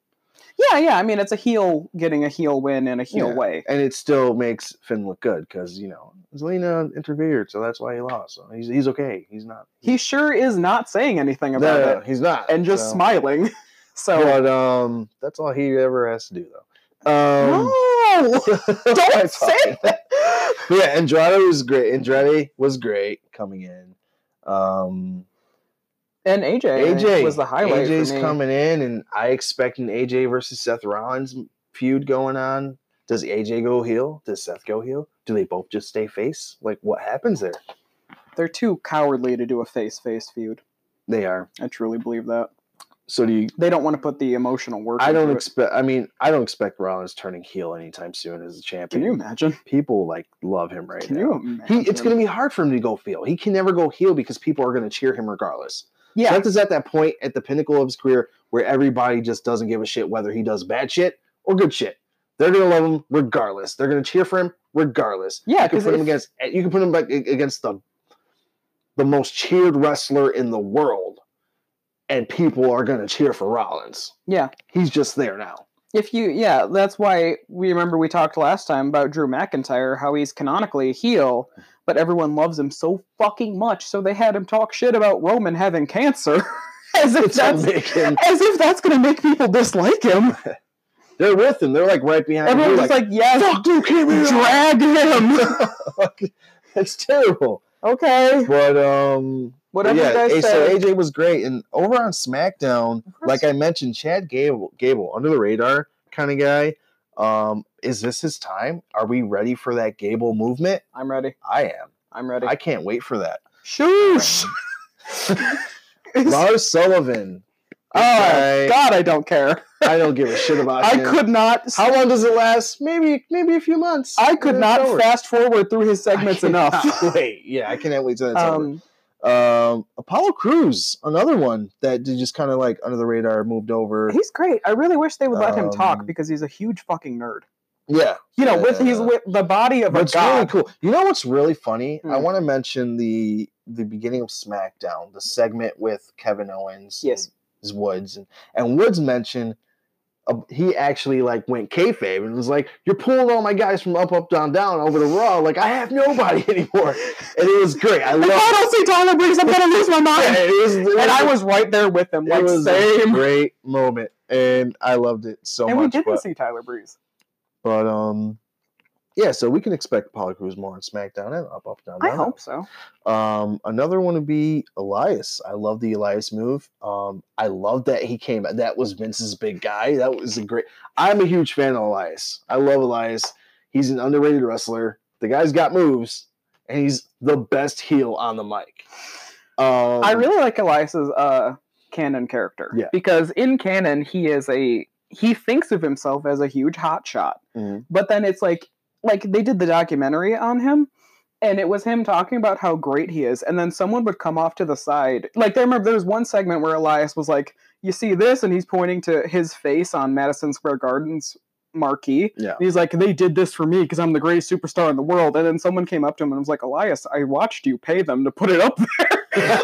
Speaker 1: Yeah, yeah. I mean, it's a heel getting a heel win in a heel
Speaker 2: Yeah.
Speaker 1: way.
Speaker 2: and it still makes Finn look good because you know Zelina interfered, so that's why he lost. So he's he's okay. He's not.
Speaker 1: He sure is not saying anything
Speaker 2: No,
Speaker 1: about
Speaker 2: no,
Speaker 1: it
Speaker 2: he's not.
Speaker 1: and just
Speaker 2: so-
Speaker 1: smiling. So
Speaker 2: But um, that's all he ever has to do though. Um,
Speaker 1: no, don't
Speaker 2: it's
Speaker 1: say
Speaker 2: fine.
Speaker 1: that.
Speaker 2: But yeah, Andrade was great. Andrade was great coming in. Um,
Speaker 1: And AJ,
Speaker 2: AJ
Speaker 1: was the highlight
Speaker 2: AJ's
Speaker 1: for me.
Speaker 2: coming in, and I expect an AJ versus Seth Rollins feud going on. Does AJ go heel? Does Seth go heel? Do they both just stay face? Like, what happens there?
Speaker 1: They're too cowardly to do a face face feud.
Speaker 2: They are.
Speaker 1: I truly believe that
Speaker 2: So do you?
Speaker 1: they don't want to put the emotional work.
Speaker 2: I don't
Speaker 1: into it.
Speaker 2: expect. I mean, I don't expect Rollins turning heel anytime soon as a champion.
Speaker 1: Can you imagine?
Speaker 2: People like love him right
Speaker 1: Can
Speaker 2: now.
Speaker 1: you imagine?
Speaker 2: he, it's going to be hard for him to go heel. He can never go heel because people are going to cheer him regardless.
Speaker 1: yeah.
Speaker 2: Seth is at that point at the pinnacle of his career where everybody just doesn't give a shit whether he does bad shit or good shit. They're gonna love him regardless. They're gonna cheer for him regardless.
Speaker 1: Yeah,
Speaker 2: you can
Speaker 1: 'cause
Speaker 2: put him
Speaker 1: if-
Speaker 2: against you can put him back against the the most cheered wrestler in the world, and people are gonna cheer for Rollins.
Speaker 1: yeah.
Speaker 2: He's just there now.
Speaker 1: If you, yeah, that's why we remember we talked last time about Drew McIntyre, how he's canonically a heel, but everyone loves him so fucking much, so they had him talk shit about Roman having cancer, as if
Speaker 2: It's all
Speaker 1: that's
Speaker 2: making,
Speaker 1: as if that's gonna make people dislike him.
Speaker 2: they're with him. They're like right behind him.
Speaker 1: Everyone's
Speaker 2: They're
Speaker 1: just like, yes,
Speaker 2: "Fuck you, keep me alive."
Speaker 1: drag him.
Speaker 2: That's terrible.
Speaker 1: okay,
Speaker 2: But um, But
Speaker 1: whatever you
Speaker 2: A-
Speaker 1: guys say.
Speaker 2: So AJ was great, and over on SmackDown, like I mentioned, Chad Gable, Gable, under the radar kind of guy. Um, is this his time? Are we ready for that Gable movement?
Speaker 1: I'm ready.
Speaker 2: I am.
Speaker 1: I'm ready.
Speaker 2: I can't wait for that.
Speaker 1: Shoosh. oh
Speaker 2: Lars Sullivan. I,
Speaker 1: God, I don't care.
Speaker 2: I don't uh, give a shit about
Speaker 1: I
Speaker 2: him.
Speaker 1: could not.
Speaker 2: How long does it last? Maybe, maybe a few months.
Speaker 1: I could
Speaker 2: It's
Speaker 1: not
Speaker 2: over.
Speaker 1: fast forward through his
Speaker 2: I
Speaker 1: segments
Speaker 2: cannot
Speaker 1: enough.
Speaker 2: Wait, yeah, I cannot wait till that's over.
Speaker 1: Um,
Speaker 2: Um, Apollo Cruz, another one that did just kind of like under the radar moved over.
Speaker 1: He's great. I really wish they would let him talk
Speaker 2: Um,
Speaker 1: because he's a huge fucking nerd.
Speaker 2: Yeah,
Speaker 1: You know, with he's
Speaker 2: Yeah.
Speaker 1: with the body of a
Speaker 2: what's really
Speaker 1: god.
Speaker 2: cool. You know what's really funny? I
Speaker 1: Hmm.
Speaker 2: want to mention the the beginning of SmackDown, the segment with Kevin Owens, and
Speaker 1: Yes.
Speaker 2: his Woods, and, and Woods mentioned uh, he actually like went kayfabe and was like, "You're pulling all my guys from up, up, down, down over to Raw. Like I have nobody anymore," and it was great. I
Speaker 1: If
Speaker 2: love.
Speaker 1: I
Speaker 2: it.
Speaker 1: don't see Tyler Breeze, I'm gonna lose my
Speaker 2: Yeah,
Speaker 1: mind.
Speaker 2: it was, it
Speaker 1: And I
Speaker 2: was-
Speaker 1: was right there with him,
Speaker 2: it
Speaker 1: like
Speaker 2: was a
Speaker 1: same.
Speaker 2: great moment, and I loved it so
Speaker 1: And
Speaker 2: much.
Speaker 1: we didn't
Speaker 2: but-
Speaker 1: see Tyler Breeze.
Speaker 2: But um, yeah. So we can expect Apollo Crews more on SmackDown and up, up, down.
Speaker 1: I
Speaker 2: down,
Speaker 1: hope so.
Speaker 2: Up. Um, another one would be Elias. I love the Elias move. Um, I love that he came. That was Vince's big guy. That was a great. I'm a huge fan of Elias. I love Elias. He's an underrated wrestler. The guy's got moves, and he's the best heel on the mic. Um,
Speaker 1: I really like Elias's uh, canon character.
Speaker 2: Yeah.
Speaker 1: Because in canon, he is a he thinks of himself as a huge hotshot,
Speaker 2: Mhm.
Speaker 1: but then it's like like they did the documentary on him, and it was him talking about how great he is, and then someone would come off to the side. Like I remember there was one segment where Elias was like, "You see this," and he's pointing to his face on Madison Square Garden's marquee.
Speaker 2: Yeah.
Speaker 1: And he's like, "They did this for me because I'm the greatest superstar in the world." And then someone came up to him and was like, "Elias, I watched you pay them to put it up there." like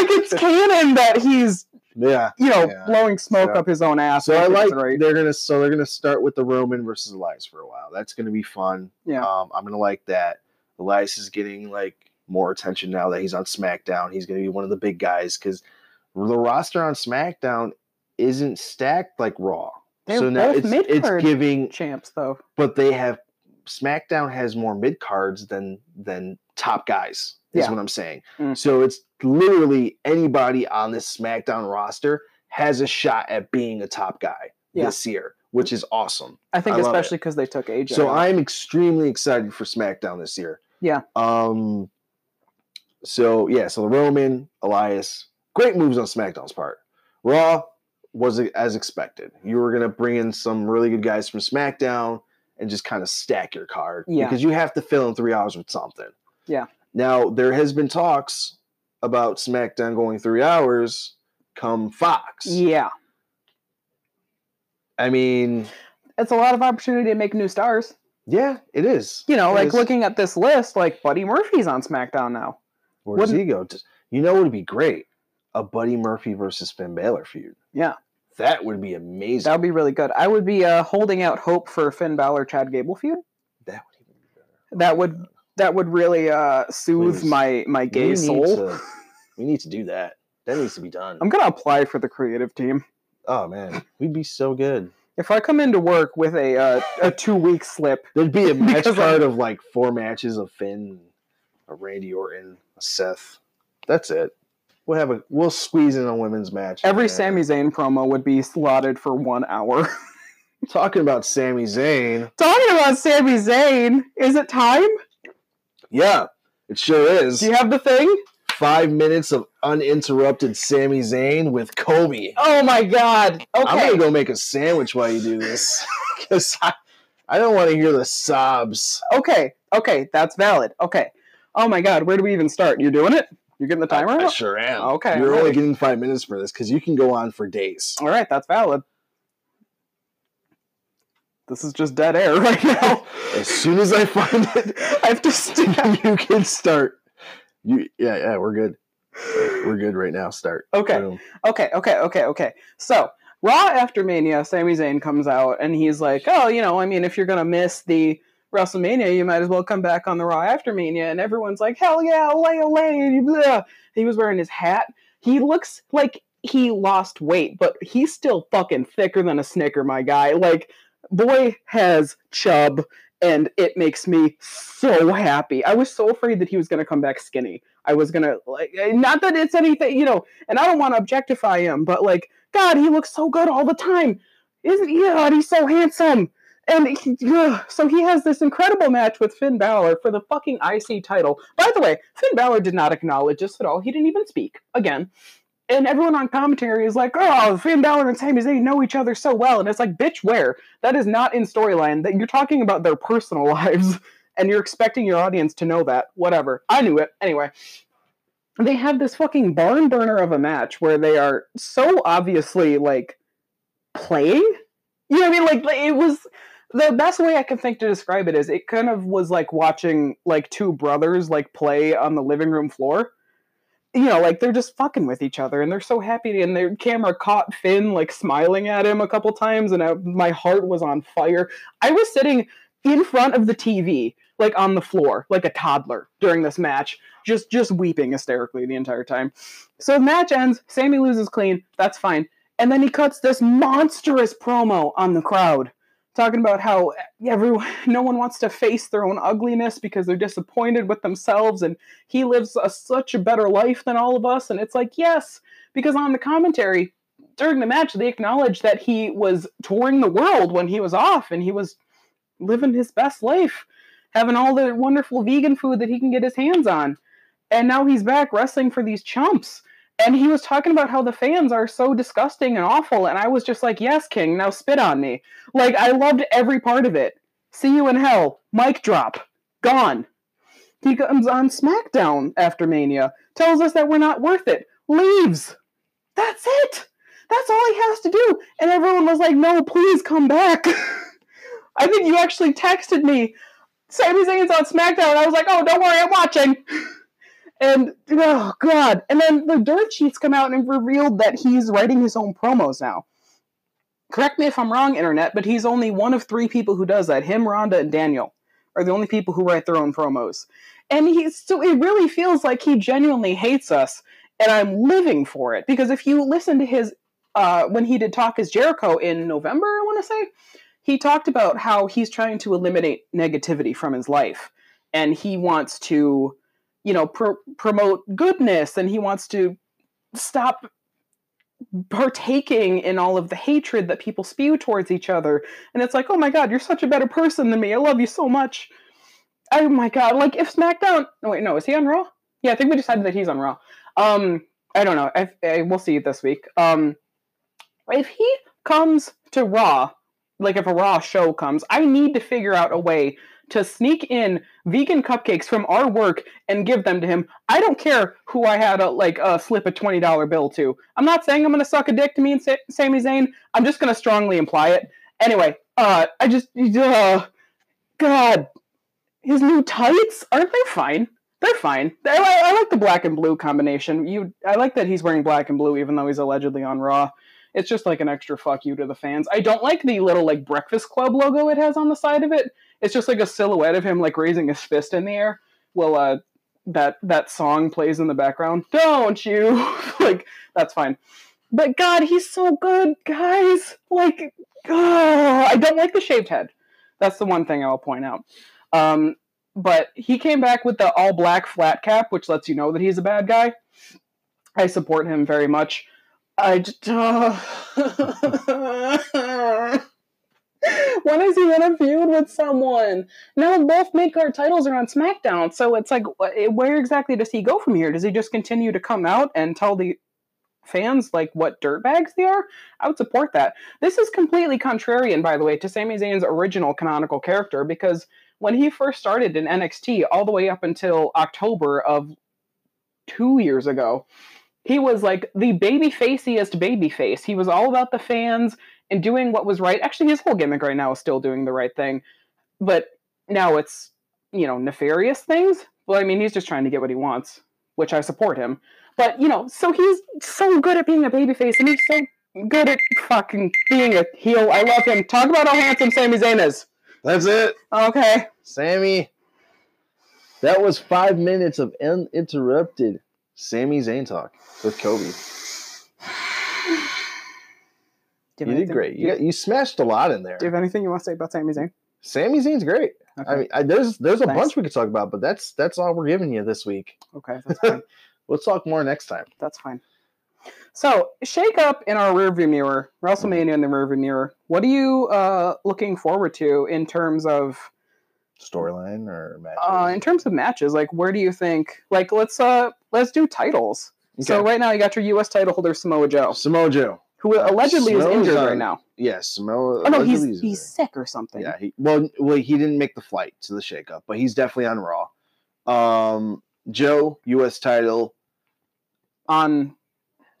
Speaker 1: it's canon that he's
Speaker 2: yeah.
Speaker 1: you know
Speaker 2: Yeah.
Speaker 1: blowing smoke
Speaker 2: Yeah.
Speaker 1: up his own ass.
Speaker 2: So
Speaker 1: I
Speaker 2: I
Speaker 1: think
Speaker 2: like
Speaker 1: it's right.
Speaker 2: they're gonna so they're gonna start with the Roman versus Elias for a while. That's gonna be fun.
Speaker 1: Yeah.
Speaker 2: Um, I'm gonna like that. Elias is getting like more attention now that he's on SmackDown. He's gonna be one of the big guys because the roster on SmackDown isn't stacked like Raw.
Speaker 1: They're
Speaker 2: so now
Speaker 1: both
Speaker 2: it's, it's
Speaker 1: mid-card.
Speaker 2: giving,
Speaker 1: champs though.
Speaker 2: but they have SmackDown has more mid cards than than top guys. Is
Speaker 1: Yeah.
Speaker 2: what I'm saying.
Speaker 1: Mm.
Speaker 2: So it's literally anybody on this SmackDown roster has a shot at being a top guy
Speaker 1: Yeah.
Speaker 2: this year, which is awesome.
Speaker 1: I think
Speaker 2: I love
Speaker 1: especially because they took AJ.
Speaker 2: So
Speaker 1: out.
Speaker 2: I'm extremely excited for SmackDown this year.
Speaker 1: Yeah.
Speaker 2: Um. So yeah, so the Roman Elias, great moves on SmackDown's part. Raw was a- as expected. You were gonna bring in some really good guys from SmackDown and just kind of stack your card
Speaker 1: Yeah.
Speaker 2: because you have to fill in three hours with something.
Speaker 1: Yeah.
Speaker 2: Now there has been talks about SmackDown going three hours come Fox.
Speaker 1: yeah,
Speaker 2: I mean,
Speaker 1: it's a lot of opportunity to make new stars.
Speaker 2: yeah, it is.
Speaker 1: You know,
Speaker 2: It
Speaker 1: like
Speaker 2: is.
Speaker 1: looking at this list, like Buddy Murphy's on SmackDown now.
Speaker 2: Where does
Speaker 1: Wouldn't-
Speaker 2: he go? Does- You know, what would be great a Buddy Murphy versus Finn Balor feud.
Speaker 1: Yeah.
Speaker 2: that would be amazing.
Speaker 1: That would be really good. I would be uh, holding out hope for Finn Balor Chad Gable feud.
Speaker 2: That would even be better.
Speaker 1: That would that would really uh, soothe
Speaker 2: Please.
Speaker 1: my my
Speaker 2: We
Speaker 1: gay
Speaker 2: need
Speaker 1: soul.
Speaker 2: to- we need to do that. That needs to be done.
Speaker 1: I'm gonna apply for the creative team.
Speaker 2: oh man, we'd be so good.
Speaker 1: If I come into work with a uh, a two week slip,
Speaker 2: There'd be a match
Speaker 1: Because
Speaker 2: card of like four matches of Finn, a Randy Orton, a Seth. That's it. We'll have a we'll squeeze in a women's match. in
Speaker 1: every
Speaker 2: there.
Speaker 1: Sami Zayn promo would be slotted for one hour.
Speaker 2: talking about Sami Zayn.
Speaker 1: Talking about Sami Zayn, is it time?
Speaker 2: Yeah, it sure is.
Speaker 1: Do you have the thing?
Speaker 2: Five minutes of uninterrupted Sami Zayn with Kobe.
Speaker 1: Oh my god.
Speaker 2: I'm
Speaker 1: Okay.
Speaker 2: gonna go make a sandwich while you do this because I, I don't want to hear the sobs.
Speaker 1: Okay. Okay. That's valid. Okay. Oh my god. Where do we even start? You're doing it? You're getting the timer
Speaker 2: I, I
Speaker 1: out?
Speaker 2: sure am.
Speaker 1: Okay,
Speaker 2: you're
Speaker 1: I'm
Speaker 2: only
Speaker 1: ready.
Speaker 2: getting five minutes for this because you can go on for days.
Speaker 1: All right. That's valid. This is just dead air right now.
Speaker 2: As soon as I find it,
Speaker 1: I have to stand.
Speaker 2: you can start. You yeah yeah we're good. We're good right now. Start.
Speaker 1: Okay.
Speaker 2: Boom.
Speaker 1: Okay, okay, okay, okay. So, Raw after Mania, Sami Zayn comes out and he's like, "Oh, you know, I mean, if you're gonna miss the WrestleMania, you might as well come back on the Raw after Mania." And everyone's like, "Hell yeah, lay lay!" Blah. He was wearing his hat. He looks like he lost weight, but he's still fucking thicker than a Snicker, my guy. Like, boy has chub, and it makes me so happy. I was so afraid that he was gonna come back skinny. I was gonna like, not that it's anything, you know and I don't want to objectify him, but like, God, he looks so good all the time. Isn't he? God, he's so handsome. And he, ugh. so he has this incredible match with Finn Balor for the fucking IC title. By the way, Finn Balor did not acknowledge this at all. He didn't even speak again. And everyone on commentary is like, "Oh, Finn Balor and Sami Zayn know each other so well," and it's like, "Bitch, where? That is not in storyline. That you're talking about their personal lives, and you're expecting your audience to know that. Whatever. I knew it anyway." they have this fucking barn burner of a match where they are so obviously like playing. You know what I mean? Like, like, it was the best way I can think to describe it is it kind of was like watching like two brothers like play on the living room floor. You know, like they're just fucking with each other and they're so happy and their camera caught Finn like smiling at him a couple times and I, my heart was on fire. I was sitting in front of the TV like on the floor like a toddler during this match just just weeping hysterically the entire time. So the match ends. Sammy loses clean. That's fine. And then he cuts this monstrous promo on the crowd, talking about how everyone, no one wants to face their own ugliness because they're disappointed with themselves, and he lives a, such a better life than all of us. And it's like, yes, because on the commentary during the match, they acknowledged that he was touring the world when he was off, and he was living his best life, having all the wonderful vegan food that he can get his hands on and now he's back wrestling for these chumps And he was talking about how the fans are so disgusting and awful. And I was just like, yes, King, now spit on me. Like, I loved every part of it. See you in hell. Mic drop. Gone. He comes on SmackDown after Mania, tells us that we're not worth it, leaves. That's it. That's all he has to do. And everyone was like, no, please come back. I think you actually texted me. Sami Zayn's on SmackDown. And I was like, oh, don't worry, I'm watching. And oh god! And then the dirt sheets come out and revealed that he's writing his own promos now. Correct me if I'm wrong, internet, but he's only one of three people who does that. Him, Rhonda, and Daniel are the only people who write their own promos. And he's so it really feels like he genuinely hates us, and I'm living for it because if you listen to his uh, when he did talk as Jericho in November, I want to say he talked about how he's trying to eliminate negativity from his life, and he wants to you know pr- promote goodness and he wants to stop partaking in all of the hatred that people spew towards each other and it's like oh my god you're such a better person than me i love you so much oh my god like if smackdown no wait no is he on raw yeah i think we decided that he's on raw um i don't know i, I we'll see this week um if he comes to raw like if a raw show comes i need to figure out a way to sneak in vegan cupcakes from our work and give them to him. I don't care who I had a like a slip a twenty dollar bill to. I'm not saying I'm gonna suck a dick to me and Sa- Sami Zayn. I'm just gonna strongly imply it. Anyway, uh, I just uh, God, his new tights aren't they fine? They're fine. I, li- I like the black and blue combination. You, I like that he's wearing black and blue even though he's allegedly on Raw. It's just like an extra fuck you to the fans. I don't like the little like Breakfast Club logo it has on the side of it it's just like a silhouette of him like raising his fist in the air well uh that that song plays in the background don't you like that's fine but god he's so good guys like ugh, i don't like the shaved head that's the one thing i'll point out um but he came back with the all black flat cap which lets you know that he's a bad guy i support him very much i just when is he in a feud with someone? Now both mid card titles are on SmackDown, so it's like, wh- where exactly does he go from here? Does he just continue to come out and tell the fans like what dirtbags they are? I would support that. This is completely contrarian, by the way, to Sami Zayn's original canonical character because when he first started in NXT, all the way up until October of two years ago. He was like the baby faciest baby face. He was all about the fans and doing what was right. Actually, his whole gimmick right now is still doing the right thing, but now it's you know nefarious things. Well, I mean, he's just trying to get what he wants, which I support him. But you know, so he's so good at being a babyface, and he's so good at fucking being a heel. I love him. Talk about how handsome Sami Zayn is.
Speaker 2: That's it,
Speaker 1: Okay,
Speaker 2: Sammy. That was five minutes of uninterrupted Sammy Zayn talk with Kobe.
Speaker 1: do
Speaker 2: You did great. You got, you smashed a lot in there.
Speaker 1: do you have anything you want to say about Sami Zayn?
Speaker 2: Sammy Zayn's great.
Speaker 1: Okay.
Speaker 2: I mean, I, there's there's a
Speaker 1: Thanks.
Speaker 2: bunch we could talk about, but that's that's all we're giving you this week.
Speaker 1: okay, that's fine.
Speaker 2: We'll talk more next time.
Speaker 1: that's fine. So, shake up in our rearview mirror, WrestleMania in the rearview mirror. What are you uh, looking forward to in terms of
Speaker 2: Storyline or match?
Speaker 1: uh, in terms of matches? Like, where do you think? Like, let's uh, let's do titles. So right now you got your U.S. title holder Samoa Joe,
Speaker 2: Samoa Joe.
Speaker 1: who allegedly is
Speaker 2: Samoa's
Speaker 1: injured
Speaker 2: on-
Speaker 1: right now.
Speaker 2: Yes, Samoa.
Speaker 1: Oh no, he's
Speaker 2: allegedly is
Speaker 1: he's sick or something.
Speaker 2: injured. yeah. He, well, well, he didn't make the flight to the shakeup, but he's definitely on Raw. Um, Joe, U.S. title
Speaker 1: On
Speaker 2: on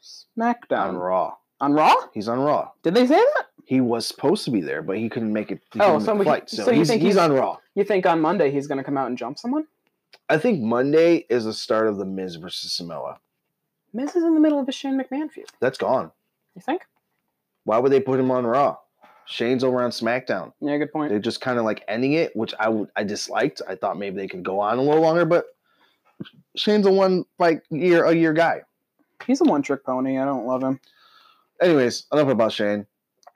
Speaker 1: SmackDown,
Speaker 2: Raw.
Speaker 1: on Raw,
Speaker 2: He's on Raw.
Speaker 1: did they say that?
Speaker 2: He was supposed to be there, but he couldn't make it. He
Speaker 1: Oh,
Speaker 2: couldn't make
Speaker 1: so
Speaker 2: the
Speaker 1: we-
Speaker 2: flight, so,
Speaker 1: so you
Speaker 2: he's,
Speaker 1: think
Speaker 2: he's
Speaker 1: he's-
Speaker 2: on Raw.
Speaker 1: You think on Monday he's going to come out and jump someone?
Speaker 2: I think Monday is the start of the Miz versus Samoa.
Speaker 1: Miz is in the middle of a Shane McMahon feud.
Speaker 2: That's gone.
Speaker 1: You think?
Speaker 2: Why would they put him on Raw? Shane's over on SmackDown.
Speaker 1: Yeah, good point.
Speaker 2: They're just kind of like ending it, which I would I disliked. I thought maybe they could go on a little longer, but Shane's a one like year a year guy.
Speaker 1: He's a one trick pony. I don't love him.
Speaker 2: Anyways, enough about Shane.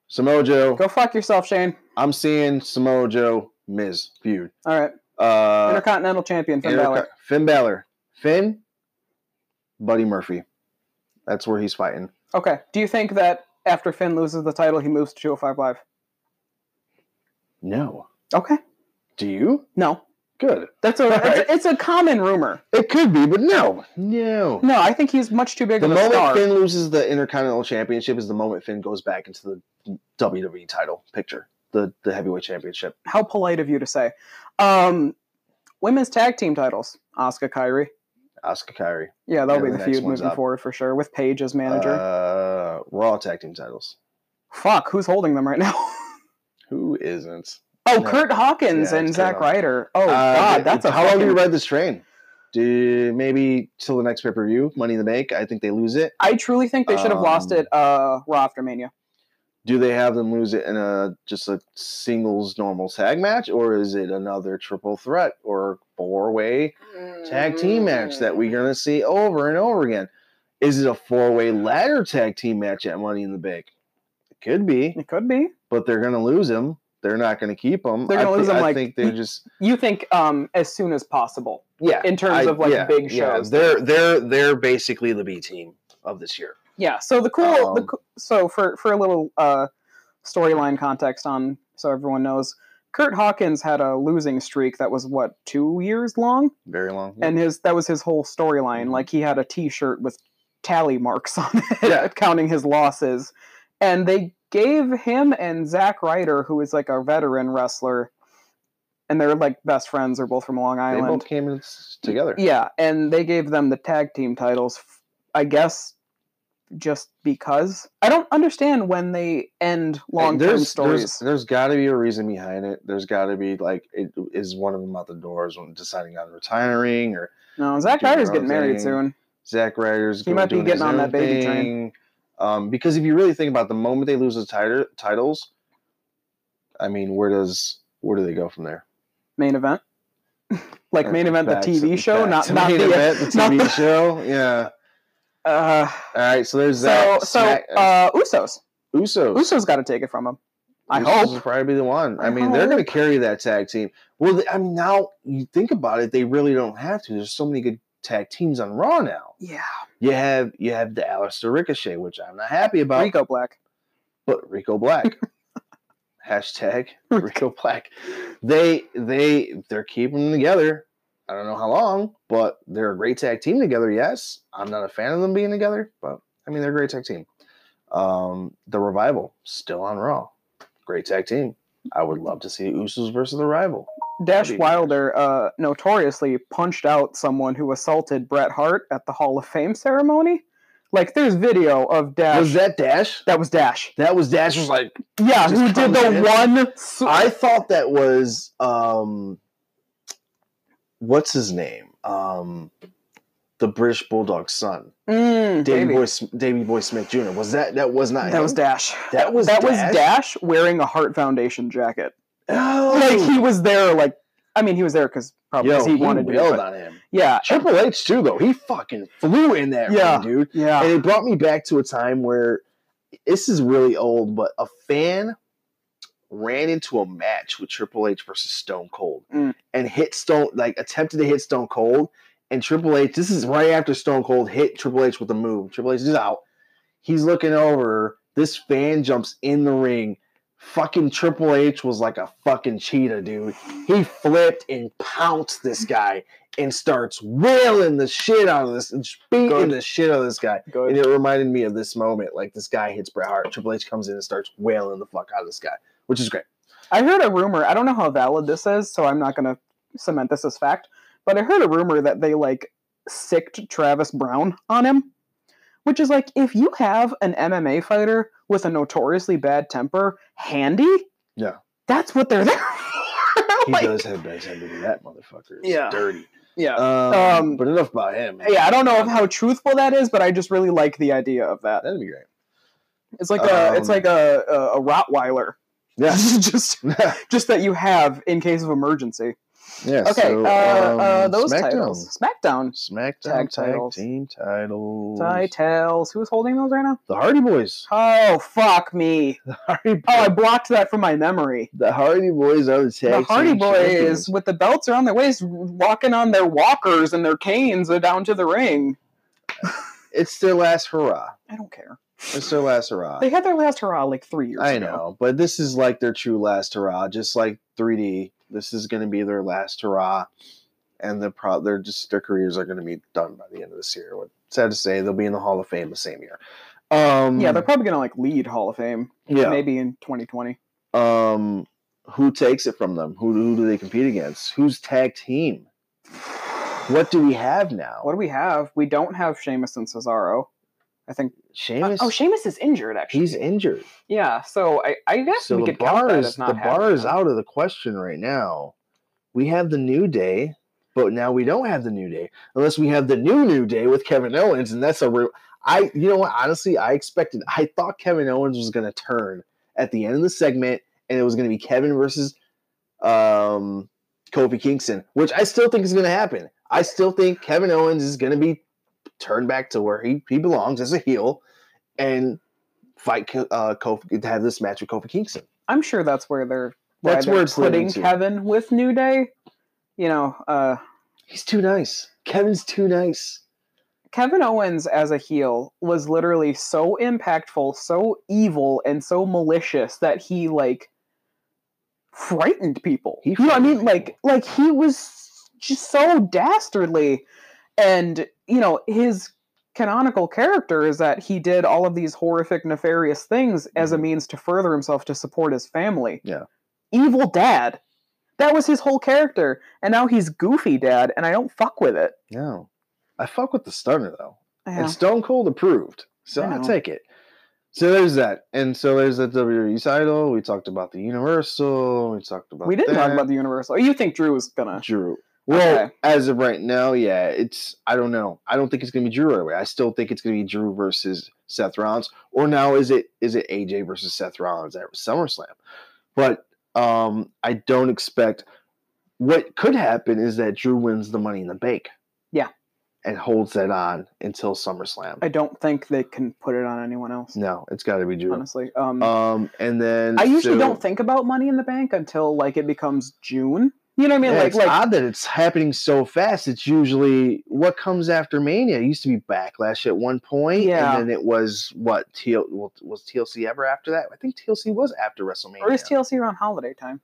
Speaker 2: Samoa Joe.
Speaker 1: Go fuck yourself, Shane.
Speaker 2: I'm seeing Samoa Joe Miz feud.
Speaker 1: All right,
Speaker 2: Uh,
Speaker 1: Intercontinental Champion Finn
Speaker 2: Interco-
Speaker 1: Balor.
Speaker 2: Finn Balor. Finn. Buddy Murphy. That's where he's fighting.
Speaker 1: Okay. Do you think that after Finn loses the title, he moves to 205 Live?
Speaker 2: No.
Speaker 1: Okay.
Speaker 2: Do you?
Speaker 1: No.
Speaker 2: Good.
Speaker 1: That's a
Speaker 2: Alright.
Speaker 1: it's, it's a common rumor.
Speaker 2: It could be, but no, no.
Speaker 1: No, I think he's much too big
Speaker 2: The
Speaker 1: of a
Speaker 2: moment
Speaker 1: star.
Speaker 2: Finn loses the Intercontinental Championship is the moment Finn goes back into the WWE title picture, the the heavyweight championship.
Speaker 1: How polite of you to say. Um, women's tag team titles: Asuka, Kyrie.
Speaker 2: Asuka Kyrie,
Speaker 1: Yeah, that'll be
Speaker 2: Yeah, the
Speaker 1: the
Speaker 2: next
Speaker 1: feud
Speaker 2: one's
Speaker 1: moving
Speaker 2: up.
Speaker 1: forward for sure with Paige as manager.
Speaker 2: uh, Raw tag team titles.
Speaker 1: Fuck, who's holding them right now?
Speaker 2: Who isn't?
Speaker 1: oh,
Speaker 2: No.
Speaker 1: Kurt Hawkins
Speaker 2: Yeah,
Speaker 1: and
Speaker 2: it's Kurt
Speaker 1: Zack
Speaker 2: Hawkins.
Speaker 1: Ryder. Oh
Speaker 2: Uh,
Speaker 1: God, that's a
Speaker 2: how long do you
Speaker 1: fucking-
Speaker 2: ride this train? Do maybe till the next pay per view, Money in the Bank. I think they lose it.
Speaker 1: I truly think they should have lost
Speaker 2: Um,
Speaker 1: it uh, Raw after Mania.
Speaker 2: Do they have them lose it in a just a singles normal tag match, or is it another triple threat or four way tag team match that we're gonna see over and over again? Is it a four way ladder tag team match at Money in the Bank? It could be,
Speaker 1: It could be.
Speaker 2: but they're gonna lose him. They're not gonna keep him.
Speaker 1: They're gonna
Speaker 2: I
Speaker 1: lose him,
Speaker 2: I
Speaker 1: like,
Speaker 2: think they're just
Speaker 1: You think um, as soon as possible
Speaker 2: yeah.
Speaker 1: in terms
Speaker 2: I-
Speaker 1: of like
Speaker 2: yeah,
Speaker 1: big
Speaker 2: yeah,
Speaker 1: shows.
Speaker 2: they're they're they're basically the B team of this year.
Speaker 1: Yeah. So the cool, the
Speaker 2: Um,
Speaker 1: co- so for for a little uh, storyline context on so everyone knows, Kurt Hawkins had a losing streak that was what two years long,
Speaker 2: Very long.
Speaker 1: and his that was his whole storyline.
Speaker 2: Mhm.
Speaker 1: Like he had a T-shirt with tally marks on it,
Speaker 2: Yeah.
Speaker 1: counting his losses, and they gave him and Zack Ryder, who is like a veteran wrestler, and they're like best friends. They're both from Long
Speaker 2: they
Speaker 1: Island.
Speaker 2: both came in s- together.
Speaker 1: Yeah, and they gave them the tag team titles, f- I guess, just because. I don't understand when they end long term
Speaker 2: there's,
Speaker 1: stories.
Speaker 2: There's, there's got to be a reason behind it. There's got to be like, it, is one of them out the doors when deciding on retiring, or
Speaker 1: no, Zack
Speaker 2: doing their
Speaker 1: Ryder's
Speaker 2: own
Speaker 1: getting married
Speaker 2: thing.
Speaker 1: soon.
Speaker 2: Zack Ryder's
Speaker 1: He might be
Speaker 2: doing his
Speaker 1: getting on
Speaker 2: own
Speaker 1: that baby train.
Speaker 2: thing. Um, because if you really think about it, the moment they lose the titer- titles, I mean, where does where do they go from there?
Speaker 1: Main event, like
Speaker 2: Uh,
Speaker 1: main event, the
Speaker 2: back to-
Speaker 1: TV show,
Speaker 2: back
Speaker 1: not
Speaker 2: to
Speaker 1: not
Speaker 2: main
Speaker 1: the.
Speaker 2: event, the
Speaker 1: not
Speaker 2: TV show. Yeah.
Speaker 1: Uh,
Speaker 2: All right. So there's
Speaker 1: so
Speaker 2: that.
Speaker 1: so
Speaker 2: Smack-
Speaker 1: uh, Usos.
Speaker 2: Usos.
Speaker 1: Usos got to take it from him. I
Speaker 2: Usos
Speaker 1: hope.
Speaker 2: will probably be the one. I,
Speaker 1: I
Speaker 2: mean, they're going
Speaker 1: hope.
Speaker 2: to carry that tag team. Well, they, I mean, now you think about it, they really don't have to. There's so many good tag teams on Raw now.
Speaker 1: Yeah,
Speaker 2: You have you have the Aleister Ricochet, which I'm not happy about,
Speaker 1: Rico Black.
Speaker 2: but Rico Black. Hashtag
Speaker 1: Rico.
Speaker 2: Rico Black. They they they're keeping them together. I don't know how long, but they're a great tag team together. Yes, I'm not a fan of them being together, but I mean they're a great tag team. Um, the revival still on Raw, great tag team. I would love to see Usos versus the rival.
Speaker 1: Dash
Speaker 2: That'd be-
Speaker 1: Wilder uh, notoriously punched out someone who assaulted Bret Hart at the Hall of Fame ceremony. Like, there's video of Dash.
Speaker 2: Was that Dash?
Speaker 1: That was Dash.
Speaker 2: That was Dash. Was like
Speaker 1: Yeah,
Speaker 2: Just
Speaker 1: who did
Speaker 2: comes
Speaker 1: the
Speaker 2: in.
Speaker 1: one? s-
Speaker 2: I thought that was um, what's his name? Um, the British Bulldog's son.
Speaker 1: Mm,
Speaker 2: Davy
Speaker 1: baby.
Speaker 2: Boy, Sm- Davy Boy Smith Jr. Was that that was not
Speaker 1: That
Speaker 2: him?
Speaker 1: was Dash.
Speaker 2: That was
Speaker 1: that
Speaker 2: Dash?
Speaker 1: was Dash wearing a Heart Foundation jacket.
Speaker 2: Oh,
Speaker 1: Like he was there. Like I mean, he was there because probably 'cause
Speaker 2: yo,
Speaker 1: he wanted to. be,
Speaker 2: wailed
Speaker 1: but-
Speaker 2: on him.
Speaker 1: Yeah,
Speaker 2: Triple H too though. He fucking flew in that
Speaker 1: Yeah.
Speaker 2: ring, dude, and
Speaker 1: yeah.
Speaker 2: it brought me back to a time where this is really old, but a fan ran into a match with Triple H versus Stone Cold
Speaker 1: Mm.
Speaker 2: and hit Stone like attempted to hit Stone Cold and Triple H. This is right after Stone Cold hit Triple H with a move. Triple H is out. He's looking over. This fan jumps in the ring. Fucking Triple H was like a fucking cheetah, dude. He flipped and pounced this guy and starts wailing the shit out of this, and just beating
Speaker 1: Good.
Speaker 2: the shit out of this guy. And
Speaker 1: Good.
Speaker 2: it reminded me of this moment. Like this guy hits Bret Hart. Triple H comes in and starts wailing the fuck out of this guy, which is great.
Speaker 1: I heard a rumor. I don't know how valid this is, so I'm not gonna cement this as fact. But I heard a rumor that they like sicked Travis Brown on him, which is like if you have an MMA fighter with a notoriously bad temper handy,
Speaker 2: Yeah.
Speaker 1: that's what they're there. for.
Speaker 2: He
Speaker 1: Like,
Speaker 2: does have bad temper. but That motherfucker is
Speaker 1: Yeah.
Speaker 2: dirty.
Speaker 1: Yeah.
Speaker 2: Um,
Speaker 1: Um,
Speaker 2: but enough about him.
Speaker 1: yeah, I don't know of how truthful that is, but I just really like the idea of that.
Speaker 2: That'd be great.
Speaker 1: It's like a, it's
Speaker 2: Um,
Speaker 1: like a, a, a Rottweiler.
Speaker 2: Yeah.
Speaker 1: just,
Speaker 2: yeah.
Speaker 1: just that you have in case of emergency. Okay,
Speaker 2: so,
Speaker 1: uh, uh,
Speaker 2: um,
Speaker 1: those
Speaker 2: SmackDown.
Speaker 1: titles. SmackDown.
Speaker 2: SmackDown
Speaker 1: Tag
Speaker 2: tag,
Speaker 1: titles.
Speaker 2: team titles.
Speaker 1: Titles. Who's holding those right now?
Speaker 2: the Hardy Boys.
Speaker 1: Oh fuck me!
Speaker 2: The Hardy,
Speaker 1: Oh, I blocked that from my memory.
Speaker 2: the Hardy Boys are the tag
Speaker 1: the Hardy
Speaker 2: team
Speaker 1: Boys
Speaker 2: champions.
Speaker 1: with the belts around their waist, walking on their walkers and their canes uh, down to the ring.
Speaker 2: It's their last hurrah.
Speaker 1: I don't care.
Speaker 2: It's their last hurrah.
Speaker 1: They had their last hurrah like three years
Speaker 2: I
Speaker 1: ago.
Speaker 2: know, but this is like their true last hurrah, just like 3D This is going to be their last hurrah, and they're pro- they're just their careers are going to be done by the end of this year. What- Sad to say, they'll be in the Hall of Fame the same year. Um,
Speaker 1: Yeah, they're probably gonna like lead Hall of Fame.
Speaker 2: yeah.
Speaker 1: Maybe in 2020.
Speaker 2: Um, who takes it from them? Who, who do they compete against? Who's tag team? What do we have now?
Speaker 1: What do we have? We don't have Sheamus and Cesaro. I think.
Speaker 2: Sheamus?
Speaker 1: oh, Sheamus is injured actually.
Speaker 2: he's injured.
Speaker 1: yeah, so I, I guess
Speaker 2: so
Speaker 1: we
Speaker 2: the
Speaker 1: could count
Speaker 2: bar
Speaker 1: that
Speaker 2: is
Speaker 1: as
Speaker 2: the
Speaker 1: not
Speaker 2: bar
Speaker 1: having
Speaker 2: is
Speaker 1: them.
Speaker 2: out of the question right now. We have the new day, but now we don't have the new day unless we have the new new day with Kevin Owens, and that's a real. I you know what honestly I expected I thought Kevin Owens was going to turn at the end of the segment, and it was going to be Kevin versus um, Kofi Kingston, which I still think is going to happen. I still think Kevin Owens is going to be turned back to where he, he belongs as a heel, and fight Ko- uh, Kofi have this match with Kofi Kingston.
Speaker 1: I'm sure that's where they're. why
Speaker 2: That's
Speaker 1: they're
Speaker 2: where it's leading
Speaker 1: putting
Speaker 2: to.
Speaker 1: Kevin with New Day. You know, uh,
Speaker 2: He's too nice. Kevin's too nice.
Speaker 1: Kevin Owens as a heel was literally so impactful, so evil, and so malicious that he like frightened people.
Speaker 2: He
Speaker 1: you know, what I mean,
Speaker 2: frightened
Speaker 1: like,
Speaker 2: people.
Speaker 1: like he was just so dastardly, and you know his canonical character is that he did all of these horrific, nefarious things as a
Speaker 2: Mhm.
Speaker 1: means to further himself to support his family.
Speaker 2: Yeah.
Speaker 1: evil dad. That was his whole character, and now he's goofy dad, and I don't fuck with it.
Speaker 2: No. I fuck with the stunner though.
Speaker 1: Yeah.
Speaker 2: And Stone Cold approved. So
Speaker 1: I
Speaker 2: I'll
Speaker 1: know.
Speaker 2: take it. So there's that. And so there's that WWE title. We talked about the Universal. We talked about
Speaker 1: We didn't talk
Speaker 2: that.
Speaker 1: about the Universal. You think Drew was gonna?
Speaker 2: Drew. Well,
Speaker 1: Okay.
Speaker 2: as of right now, yeah, it's I don't know. I don't think it's gonna be Drew right away. I still think it's gonna be Drew versus Seth Rollins. Or now is it is it AJ versus Seth Rollins at SummerSlam? But um I don't expect what could happen is that Drew wins the money in the bank.
Speaker 1: Yeah.
Speaker 2: And holds that on until SummerSlam.
Speaker 1: I don't think they can put it on anyone else.
Speaker 2: no, it's gotta be Drew.
Speaker 1: Honestly, um,
Speaker 2: Um and then
Speaker 1: I usually
Speaker 2: so-
Speaker 1: don't think about Money in the Bank until like it becomes June. You know what I mean?
Speaker 2: Yeah,
Speaker 1: like,
Speaker 2: it's
Speaker 1: like
Speaker 2: odd that it's happening so fast. It's usually what comes after Mania. It used to be Backlash at one point,
Speaker 1: Yeah.
Speaker 2: and then it was what TL well, was TLC ever after that? I think TLC was after WrestleMania.
Speaker 1: or is TLC around holiday time?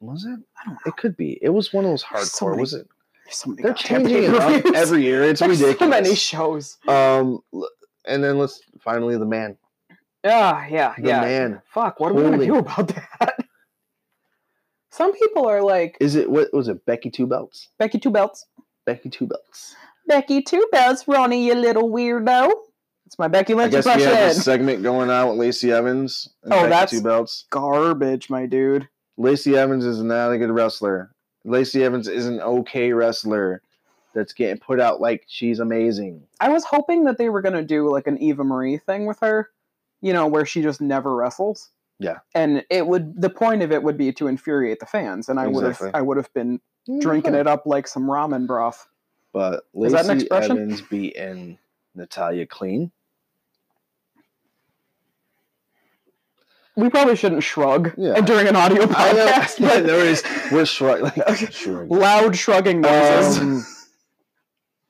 Speaker 2: was it?
Speaker 1: I don't know.
Speaker 2: It could be. It was one of those hardcore.
Speaker 1: There's so many
Speaker 2: was it?
Speaker 1: There's so many
Speaker 2: They're
Speaker 1: goddamn
Speaker 2: changing it up
Speaker 1: pay-per-views.
Speaker 2: every year. It's
Speaker 1: There's
Speaker 2: ridiculous.
Speaker 1: So many shows.
Speaker 2: um, l- and then let's finally the man,
Speaker 1: Yeah, yeah,
Speaker 2: the
Speaker 1: yeah.
Speaker 2: man.
Speaker 1: Fuck, what are we gonna
Speaker 2: Holy-
Speaker 1: do about that? Some people are like
Speaker 2: Is it what was it? Becky Two Belts.
Speaker 1: Becky Two Belts.
Speaker 2: Becky Two Belts.
Speaker 1: Becky Two Belts, Ronnie, you little weirdo. It's my Becky
Speaker 2: I
Speaker 1: Lynch
Speaker 2: guess we
Speaker 1: impression.
Speaker 2: have this segment going on with Lacey Evans. And
Speaker 1: Oh,
Speaker 2: Becky
Speaker 1: that's-
Speaker 2: Two Belts.
Speaker 1: Garbage, my dude.
Speaker 2: Lacey Evans is not a good wrestler. Lacey Evans is an okay wrestler that's getting put out like she's amazing.
Speaker 1: I was hoping that they were gonna do like an Eva Marie thing with her, you know, where she just never wrestles.
Speaker 2: Yeah.
Speaker 1: And it would the point of it would be to infuriate the fans, and I would have
Speaker 2: Exactly.
Speaker 1: I would have been drinking it up like some ramen broth.
Speaker 2: But
Speaker 1: Mm-hmm. Is that an
Speaker 2: Lacey
Speaker 1: expression?
Speaker 2: Evans beating Natalia clean.
Speaker 1: We probably shouldn't shrug
Speaker 2: Yeah.
Speaker 1: during an audio
Speaker 2: I know.
Speaker 1: podcast.
Speaker 2: yeah,
Speaker 1: but
Speaker 2: there is. We're shrug.
Speaker 1: Okay.
Speaker 2: Like, shrug.
Speaker 1: loud shrugging noises.
Speaker 2: Um,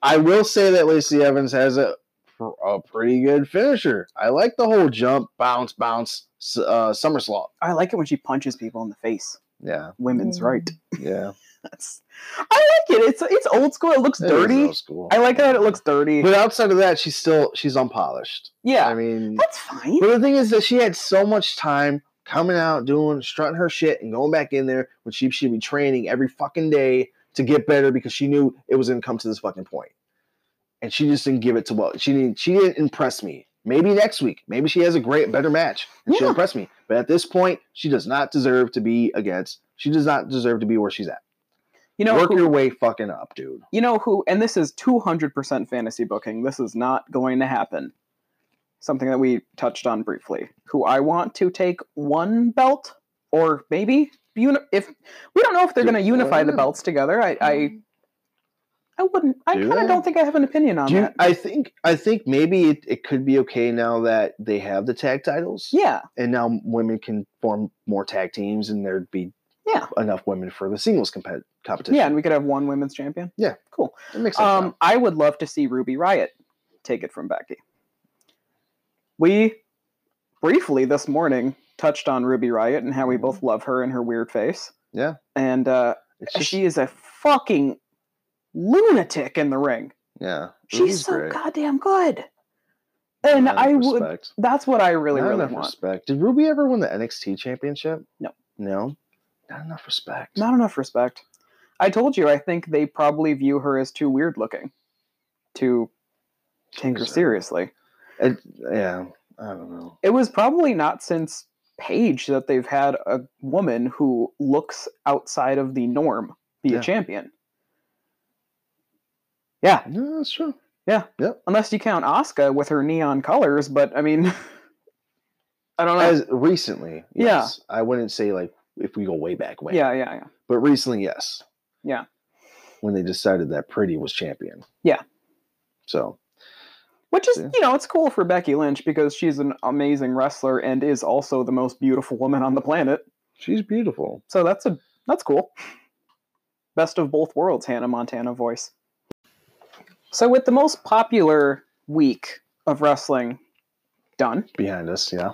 Speaker 2: I will say that Lacey Evans has a, pr- a pretty good finisher. I like the whole jump, bounce, bounce, s- uh, somersault.
Speaker 1: I like it when she punches people in the face.
Speaker 2: Yeah,
Speaker 1: Women's right.
Speaker 2: yeah.
Speaker 1: That's, I like it. It's it's old school. It looks
Speaker 2: It is
Speaker 1: dirty.
Speaker 2: old school.
Speaker 1: I like that it looks dirty.
Speaker 2: But outside of that, she's still she's unpolished.
Speaker 1: yeah,
Speaker 2: I mean,
Speaker 1: that's fine.
Speaker 2: But the thing is that she had so much time coming out, doing, strutting her shit, and going back in there when she should be training every fucking day to get better because she knew it was gonna come to this fucking point. And she just didn't give it to what she didn't. She didn't impress me. Maybe next week. Maybe she has a great, better match and she'll
Speaker 1: Yeah.
Speaker 2: impress me. But at this point, she does not deserve to be against. She does not deserve to be where she's at.
Speaker 1: You know
Speaker 2: Work
Speaker 1: who-
Speaker 2: your way fucking up, dude.
Speaker 1: you know who and this is 200% fantasy booking this is not going to happen something that we touched on briefly who i want to take one belt or maybe uni- if we don't know if they're
Speaker 2: Do
Speaker 1: going to unify the
Speaker 2: one.
Speaker 1: belts together i i, I wouldn't i
Speaker 2: Mm-hmm. Do
Speaker 1: kind
Speaker 2: they?
Speaker 1: of don't think i have an opinion on
Speaker 2: Do you,
Speaker 1: that
Speaker 2: I think I think maybe it, it could be okay now that they have the tag titles.
Speaker 1: yeah
Speaker 2: and now women can form more tag teams and there'd be
Speaker 1: Yeah.
Speaker 2: enough women for the singles compet- competition.
Speaker 1: yeah and we could have one women's champion
Speaker 2: Yeah.
Speaker 1: cool
Speaker 2: it makes sense.
Speaker 1: um
Speaker 2: now.
Speaker 1: i would love to see ruby riot take it from becky we briefly this morning touched on ruby riot and how we both love her and her weird face
Speaker 2: Mm-hmm. Yeah.
Speaker 1: And uh,
Speaker 2: It's just-
Speaker 1: she is a fucking lunatic in the ring.
Speaker 2: yeah.
Speaker 1: She's so goddamn good. And
Speaker 2: Not
Speaker 1: I
Speaker 2: enough
Speaker 1: would.
Speaker 2: respect.
Speaker 1: That's what I really,
Speaker 2: Not
Speaker 1: really
Speaker 2: enough
Speaker 1: want.
Speaker 2: respect. Did Ruby ever win the NXT championship?
Speaker 1: No.
Speaker 2: No. Not enough respect.
Speaker 1: Not enough respect. I told you, I think they probably view her as too weird looking to take her
Speaker 2: Jesus.
Speaker 1: seriously.
Speaker 2: It, yeah. I don't know.
Speaker 1: It was probably not since Paige that they've had a woman who looks outside of the norm be
Speaker 2: Yeah.
Speaker 1: a champion. Yeah,
Speaker 2: No, that's true.
Speaker 1: unless you count Asuka with her neon colors, but I mean, I don't know.
Speaker 2: As recently,
Speaker 1: Uh, Yeah.
Speaker 2: yes. I wouldn't say like if we go way back when.
Speaker 1: yeah, yeah, yeah.
Speaker 2: But recently, yes.
Speaker 1: Yeah.
Speaker 2: When they decided that Pretty was champion.
Speaker 1: Yeah.
Speaker 2: So
Speaker 1: Which is,
Speaker 2: Yeah.
Speaker 1: you know, it's cool for Becky Lynch because she's an amazing wrestler and is also the most beautiful woman on the planet.
Speaker 2: she's beautiful.
Speaker 1: So that's a that's cool. Best of both worlds, Hannah Montana voice. So with the most popular week of wrestling done,
Speaker 2: Behind us, yeah.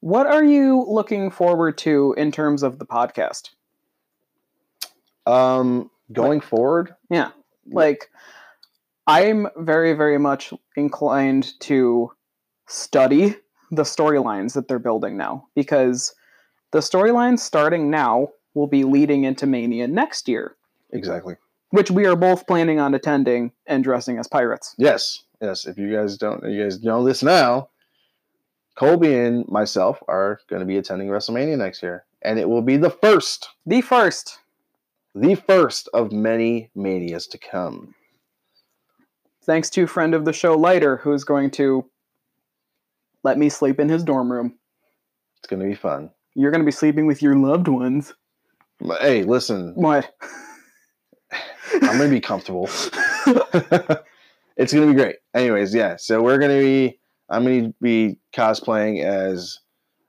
Speaker 1: what are you looking forward to in terms of the podcast?
Speaker 2: Um going forward,
Speaker 1: Like I'm very very much inclined to study the storylines that they're building now because the storylines starting now will be leading into Mania next year.
Speaker 2: exactly.
Speaker 1: which we are both planning on attending and dressing as pirates.
Speaker 2: Yes, yes. If you guys don't, you guys know this now. Colby and myself are going to be attending WrestleMania next year, and it will be the first,
Speaker 1: The first.
Speaker 2: the first of many manias to come.
Speaker 1: Thanks to friend of the show Lighter, who's going to let me sleep in his dorm room.
Speaker 2: It's going to be fun.
Speaker 1: You're going to be sleeping with your loved ones.
Speaker 2: But, hey, listen,
Speaker 1: What?
Speaker 2: I'm going to be comfortable. it's going to be great. Anyways, yeah. So we're going to be. I'm going to be cosplaying as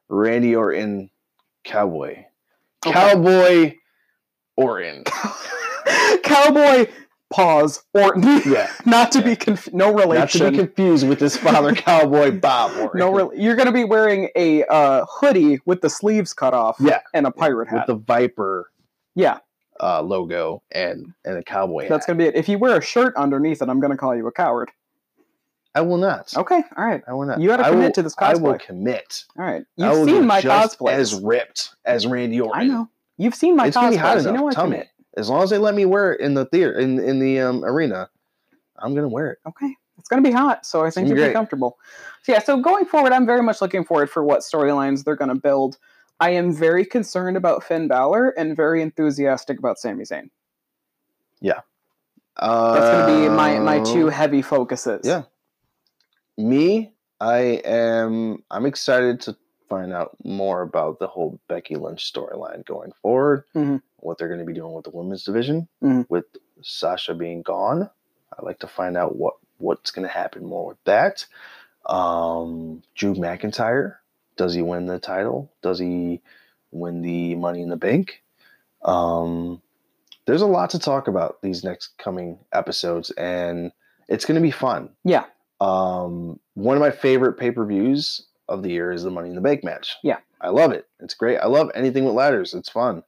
Speaker 2: Randy Orton, cowboy,
Speaker 1: Okay.
Speaker 2: cowboy Orton.
Speaker 1: Cowboy pause Orton.
Speaker 2: Yeah.
Speaker 1: Not to
Speaker 2: Yeah.
Speaker 1: be conf- no
Speaker 2: Not to
Speaker 1: relation.
Speaker 2: be confused with his father, cowboy Bob Orton.
Speaker 1: no, re- you're going to be wearing a uh, hoodie with the sleeves cut off.
Speaker 2: Yeah.
Speaker 1: and a pirate hat.
Speaker 2: with the Viper
Speaker 1: yeah,
Speaker 2: uh, logo and and a cowboy hat.
Speaker 1: that's going to be it. If you wear a shirt underneath it, I'm going to call you a coward.
Speaker 2: I will not.
Speaker 1: Okay, all right.
Speaker 2: I will not.
Speaker 1: You gotta
Speaker 2: I
Speaker 1: commit
Speaker 2: will-
Speaker 1: to this
Speaker 2: I will
Speaker 1: cosplay.
Speaker 2: commit.
Speaker 1: All right.
Speaker 2: I will
Speaker 1: You've
Speaker 2: be
Speaker 1: seen my
Speaker 2: just
Speaker 1: cosplays.
Speaker 2: as ripped as Randy Orton.
Speaker 1: I know. You've seen my
Speaker 2: it's gonna
Speaker 1: cosplays.
Speaker 2: be hot enough.
Speaker 1: you know I
Speaker 2: Tell me.
Speaker 1: commit.
Speaker 2: As long as they let me wear it in the theater in in the um, arena, I'm gonna wear it.
Speaker 1: Okay. It's going to be hot, so I think
Speaker 2: gonna
Speaker 1: you'll
Speaker 2: be
Speaker 1: be
Speaker 2: great.
Speaker 1: comfortable. So yeah, so going forward, I'm very much looking forward for what storylines they're going to build. I am very concerned about Finn Balor and very enthusiastic about Sami Zayn.
Speaker 2: Uh,
Speaker 1: That's going to be my my two heavy focuses.
Speaker 2: yeah. Me, I am. I'm excited to find out more about the whole Becky Lynch storyline going forward.
Speaker 1: Mhm.
Speaker 2: What they're going to be doing with the women's division,
Speaker 1: Mhm.
Speaker 2: with Sasha being gone. I'd like to find out what what's going to happen more with that. Um, Drew McIntyre, does he win the title? Does he win the Money in the Bank? Um, there's a lot to talk about these next coming episodes, and it's going to be fun.
Speaker 1: Yeah.
Speaker 2: Um, one of my favorite pay per views of the year is the Money in the Bank match.
Speaker 1: Yeah.
Speaker 2: I love it. It's great. I love anything with ladders. It's fun.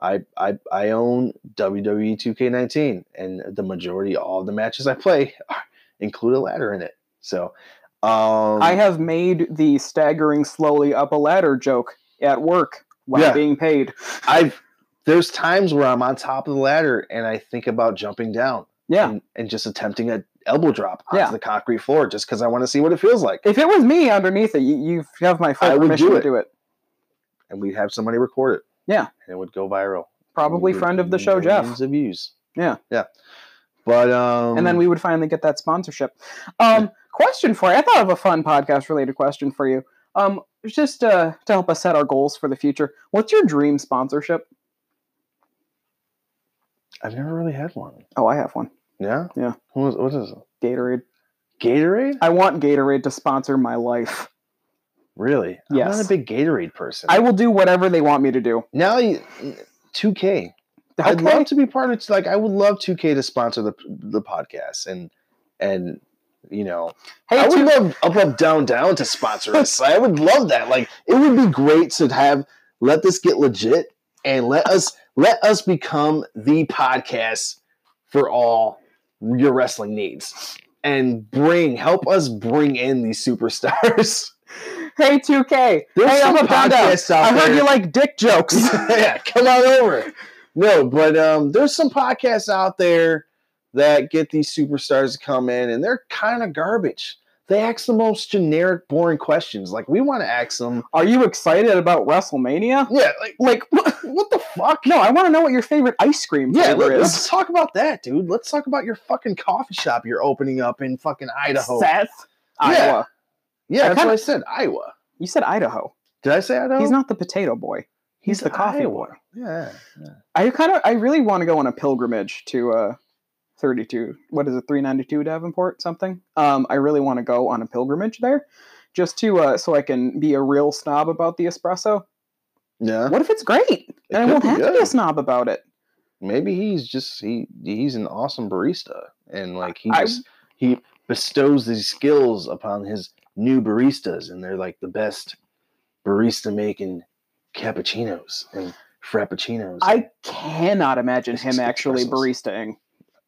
Speaker 2: I I, I own E WWE 2K19, and the majority of all the matches I play are, include a ladder in it. So, um,
Speaker 1: I have made the staggering slowly up a ladder joke at work while
Speaker 2: Yeah.
Speaker 1: being paid.
Speaker 2: I've there's times where I'm on top of the ladder and I think about jumping down.
Speaker 1: Yeah.
Speaker 2: And, and just attempting a elbow drop onto
Speaker 1: Yeah.
Speaker 2: the concrete floor just because I want to see what it feels like.
Speaker 1: If it was me underneath it, you, you have my full
Speaker 2: I would
Speaker 1: permission
Speaker 2: do
Speaker 1: to
Speaker 2: it.
Speaker 1: do it.
Speaker 2: and we'd have somebody record it.
Speaker 1: Yeah.
Speaker 2: And it would go viral.
Speaker 1: Probably
Speaker 2: Million-
Speaker 1: friend of the show, Jeff.
Speaker 2: millions of views.
Speaker 1: Yeah.
Speaker 2: Yeah. But um
Speaker 1: and then we would finally get that sponsorship. Um, question for you. I thought of a fun podcast related question for you. Um, just uh, to help us set our goals for the future. What's your dream sponsorship?
Speaker 2: I've never really had one.
Speaker 1: Oh, I have one.
Speaker 2: Yeah?
Speaker 1: Yeah.
Speaker 2: Who is, what is it?
Speaker 1: Gatorade.
Speaker 2: Gatorade?
Speaker 1: I want Gatorade to sponsor my life.
Speaker 2: Really? I'm not
Speaker 1: Yes.
Speaker 2: a big Gatorade person.
Speaker 1: I will do whatever they want me to do.
Speaker 2: now you 2K. I'd
Speaker 1: Okay.
Speaker 2: love to be part of like I would love 2K to sponsor the the podcast and and you know I
Speaker 1: Hey,
Speaker 2: would
Speaker 1: two,
Speaker 2: love Up Up Down Down to sponsor us. I would love that. Like it would be great to have let this get legit and let us let us become the podcast for all your wrestling needs and bring help us bring in these superstars
Speaker 1: Hey, 2K.
Speaker 2: There's
Speaker 1: hey,
Speaker 2: some
Speaker 1: I'm a
Speaker 2: podcasts out
Speaker 1: I heard
Speaker 2: there.
Speaker 1: you like dick jokes.
Speaker 2: yeah, come on over. No, but um, there's some podcasts out there that get these superstars to come in, and they're kind of garbage. They ask the most generic, boring questions. Like we want to ask them,
Speaker 1: Are you excited about WrestleMania?
Speaker 2: yeah, like
Speaker 1: Like,
Speaker 2: what the fuck?
Speaker 1: no, I want to know what your favorite ice cream
Speaker 2: Yeah,
Speaker 1: flavor
Speaker 2: let,
Speaker 1: is.
Speaker 2: us talk about that, dude. Let's talk about your fucking coffee shop you're opening up in fucking Idaho.
Speaker 1: Seth,
Speaker 2: Yeah.
Speaker 1: Iowa.
Speaker 2: yeah,
Speaker 1: I
Speaker 2: that's
Speaker 1: kinda-
Speaker 2: what I said. Iowa.
Speaker 1: You said Idaho.
Speaker 2: Did I say Idaho?
Speaker 1: He's not the potato boy. He's, the coffee
Speaker 2: Iowa.
Speaker 1: boy.
Speaker 2: Yeah.
Speaker 1: I kind of, I really want to go on a pilgrimage to uh, 32. What is it, 392 Davenport? Something. Um, I really want to go on a pilgrimage there, just to uh, so I can be a real snob about the espresso.
Speaker 2: Yeah.
Speaker 1: What if it's great? And I
Speaker 2: could
Speaker 1: won't
Speaker 2: be
Speaker 1: have to be a
Speaker 2: good.
Speaker 1: snob about it.
Speaker 2: maybe he's just he he's an awesome barista and like he
Speaker 1: I-
Speaker 2: just he bestows these skills upon his new baristas and they're like the best barista making cappuccinos and frappuccinos
Speaker 1: I cannot imagine
Speaker 2: It's
Speaker 1: him
Speaker 2: just the
Speaker 1: actually
Speaker 2: pretzels.
Speaker 1: baristaing.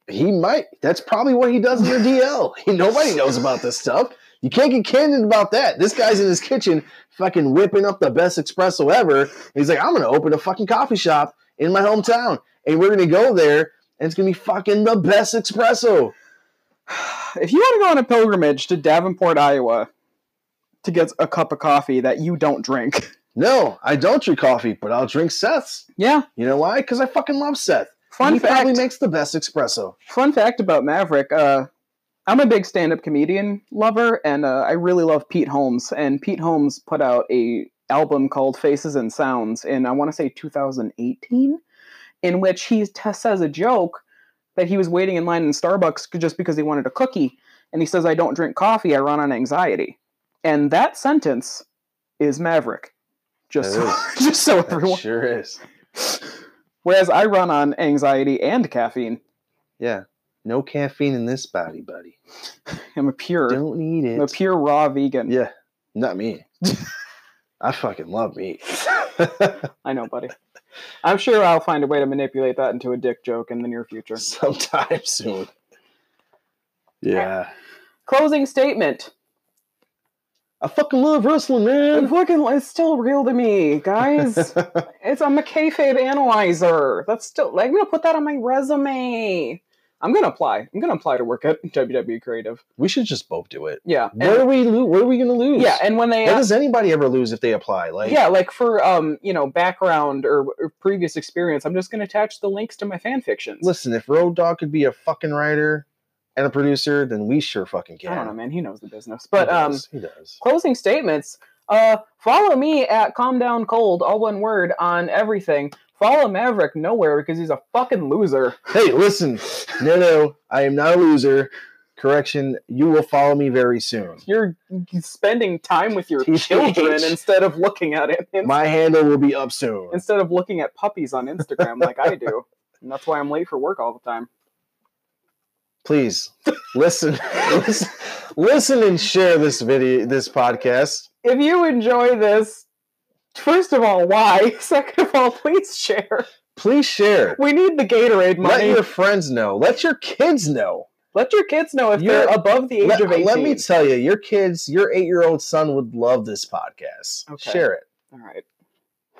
Speaker 2: he might that's probably what he does in the dl nobody knows about this stuff you can't get candid about that this guy's in his kitchen fucking whipping up the best espresso ever he's like i'm gonna open a fucking coffee shop in my hometown and we're gonna go there and it's gonna be fucking the best espresso
Speaker 1: If you want to go on a pilgrimage to Davenport, Iowa, to get a cup of coffee that you don't drink,
Speaker 2: No, I don't drink coffee, but I'll drink Seth's.
Speaker 1: yeah.
Speaker 2: You know why? Because I fucking love Seth.
Speaker 1: Fun
Speaker 2: he
Speaker 1: fact.
Speaker 2: probably makes the best espresso.
Speaker 1: fun fact about Maverick. Uh, I'm a big stand-up comedian lover, and uh, I really love Pete Holmes. And Pete Holmes put out a album called Faces and Sounds in I want to say 2018, in which he t- says a joke that he was waiting in line in Starbucks c- just because he wanted a cookie, and he says, "I don't drink coffee. I run on anxiety." And that sentence is Maverick. Just
Speaker 2: That
Speaker 1: so, just so
Speaker 2: That
Speaker 1: everyone.
Speaker 2: sure is.
Speaker 1: Whereas I run on anxiety and caffeine.
Speaker 2: Yeah. No caffeine in this body, buddy.
Speaker 1: I'm a pure.
Speaker 2: Don't need
Speaker 1: I'm a
Speaker 2: it.
Speaker 1: pure raw vegan.
Speaker 2: Yeah, not me. I fucking love meat.
Speaker 1: I know, buddy. I'm sure I'll find a way to manipulate that into a dick joke in the near future.
Speaker 2: Sometime soon. Yeah.
Speaker 1: Closing statement.
Speaker 2: I fucking love wrestling,
Speaker 1: It
Speaker 2: man.
Speaker 1: fucking- It's still real to me, guys. it's I'm a kayfabe analyzer. That's still. Like, I'm gonna put that on my resume. I'm gonna apply. I'm gonna apply to work at WWE Creative.
Speaker 2: we should just both do it.
Speaker 1: Yeah. and-
Speaker 2: What are we lo- what are we gonna lose?
Speaker 1: yeah, and when they
Speaker 2: What does anybody ever lose if they apply? Like
Speaker 1: yeah, like for um, you know, background or, or previous experience, I'm just gonna attach the links to my fan fictions.
Speaker 2: listen, if Road Dog could be a fucking writer and a producer, then we sure fucking can.
Speaker 1: I don't know, man. He knows the business,
Speaker 2: He
Speaker 1: but um,
Speaker 2: does, he does.
Speaker 1: closing statements. Uh, follow me at Calm Down Cold, all one word on everything. Follow Maverick nowhere because he's a fucking loser.
Speaker 2: Hey, listen, no, no, I am not a loser. Correction, you will follow me very soon.
Speaker 1: You're spending time with your
Speaker 2: TBH.
Speaker 1: children instead of looking at it
Speaker 2: My handle will be up soon.
Speaker 1: instead of looking at puppies on Instagram like I do. And that's why I'm late for work all the time.
Speaker 2: Please listen, listen, listen, and share this video, this podcast.
Speaker 1: If you enjoy this, first of all, why? Second of all, please share.
Speaker 2: Please share.
Speaker 1: We need the Gatorade
Speaker 2: Let
Speaker 1: money.
Speaker 2: your friends know. Let your kids know.
Speaker 1: Let your kids know if
Speaker 2: You're-
Speaker 1: they're above the age
Speaker 2: Let,
Speaker 1: of 18.
Speaker 2: let me tell you, your kids, your eight-year-old son would love this podcast.
Speaker 1: Okay.
Speaker 2: Share it.
Speaker 1: all right.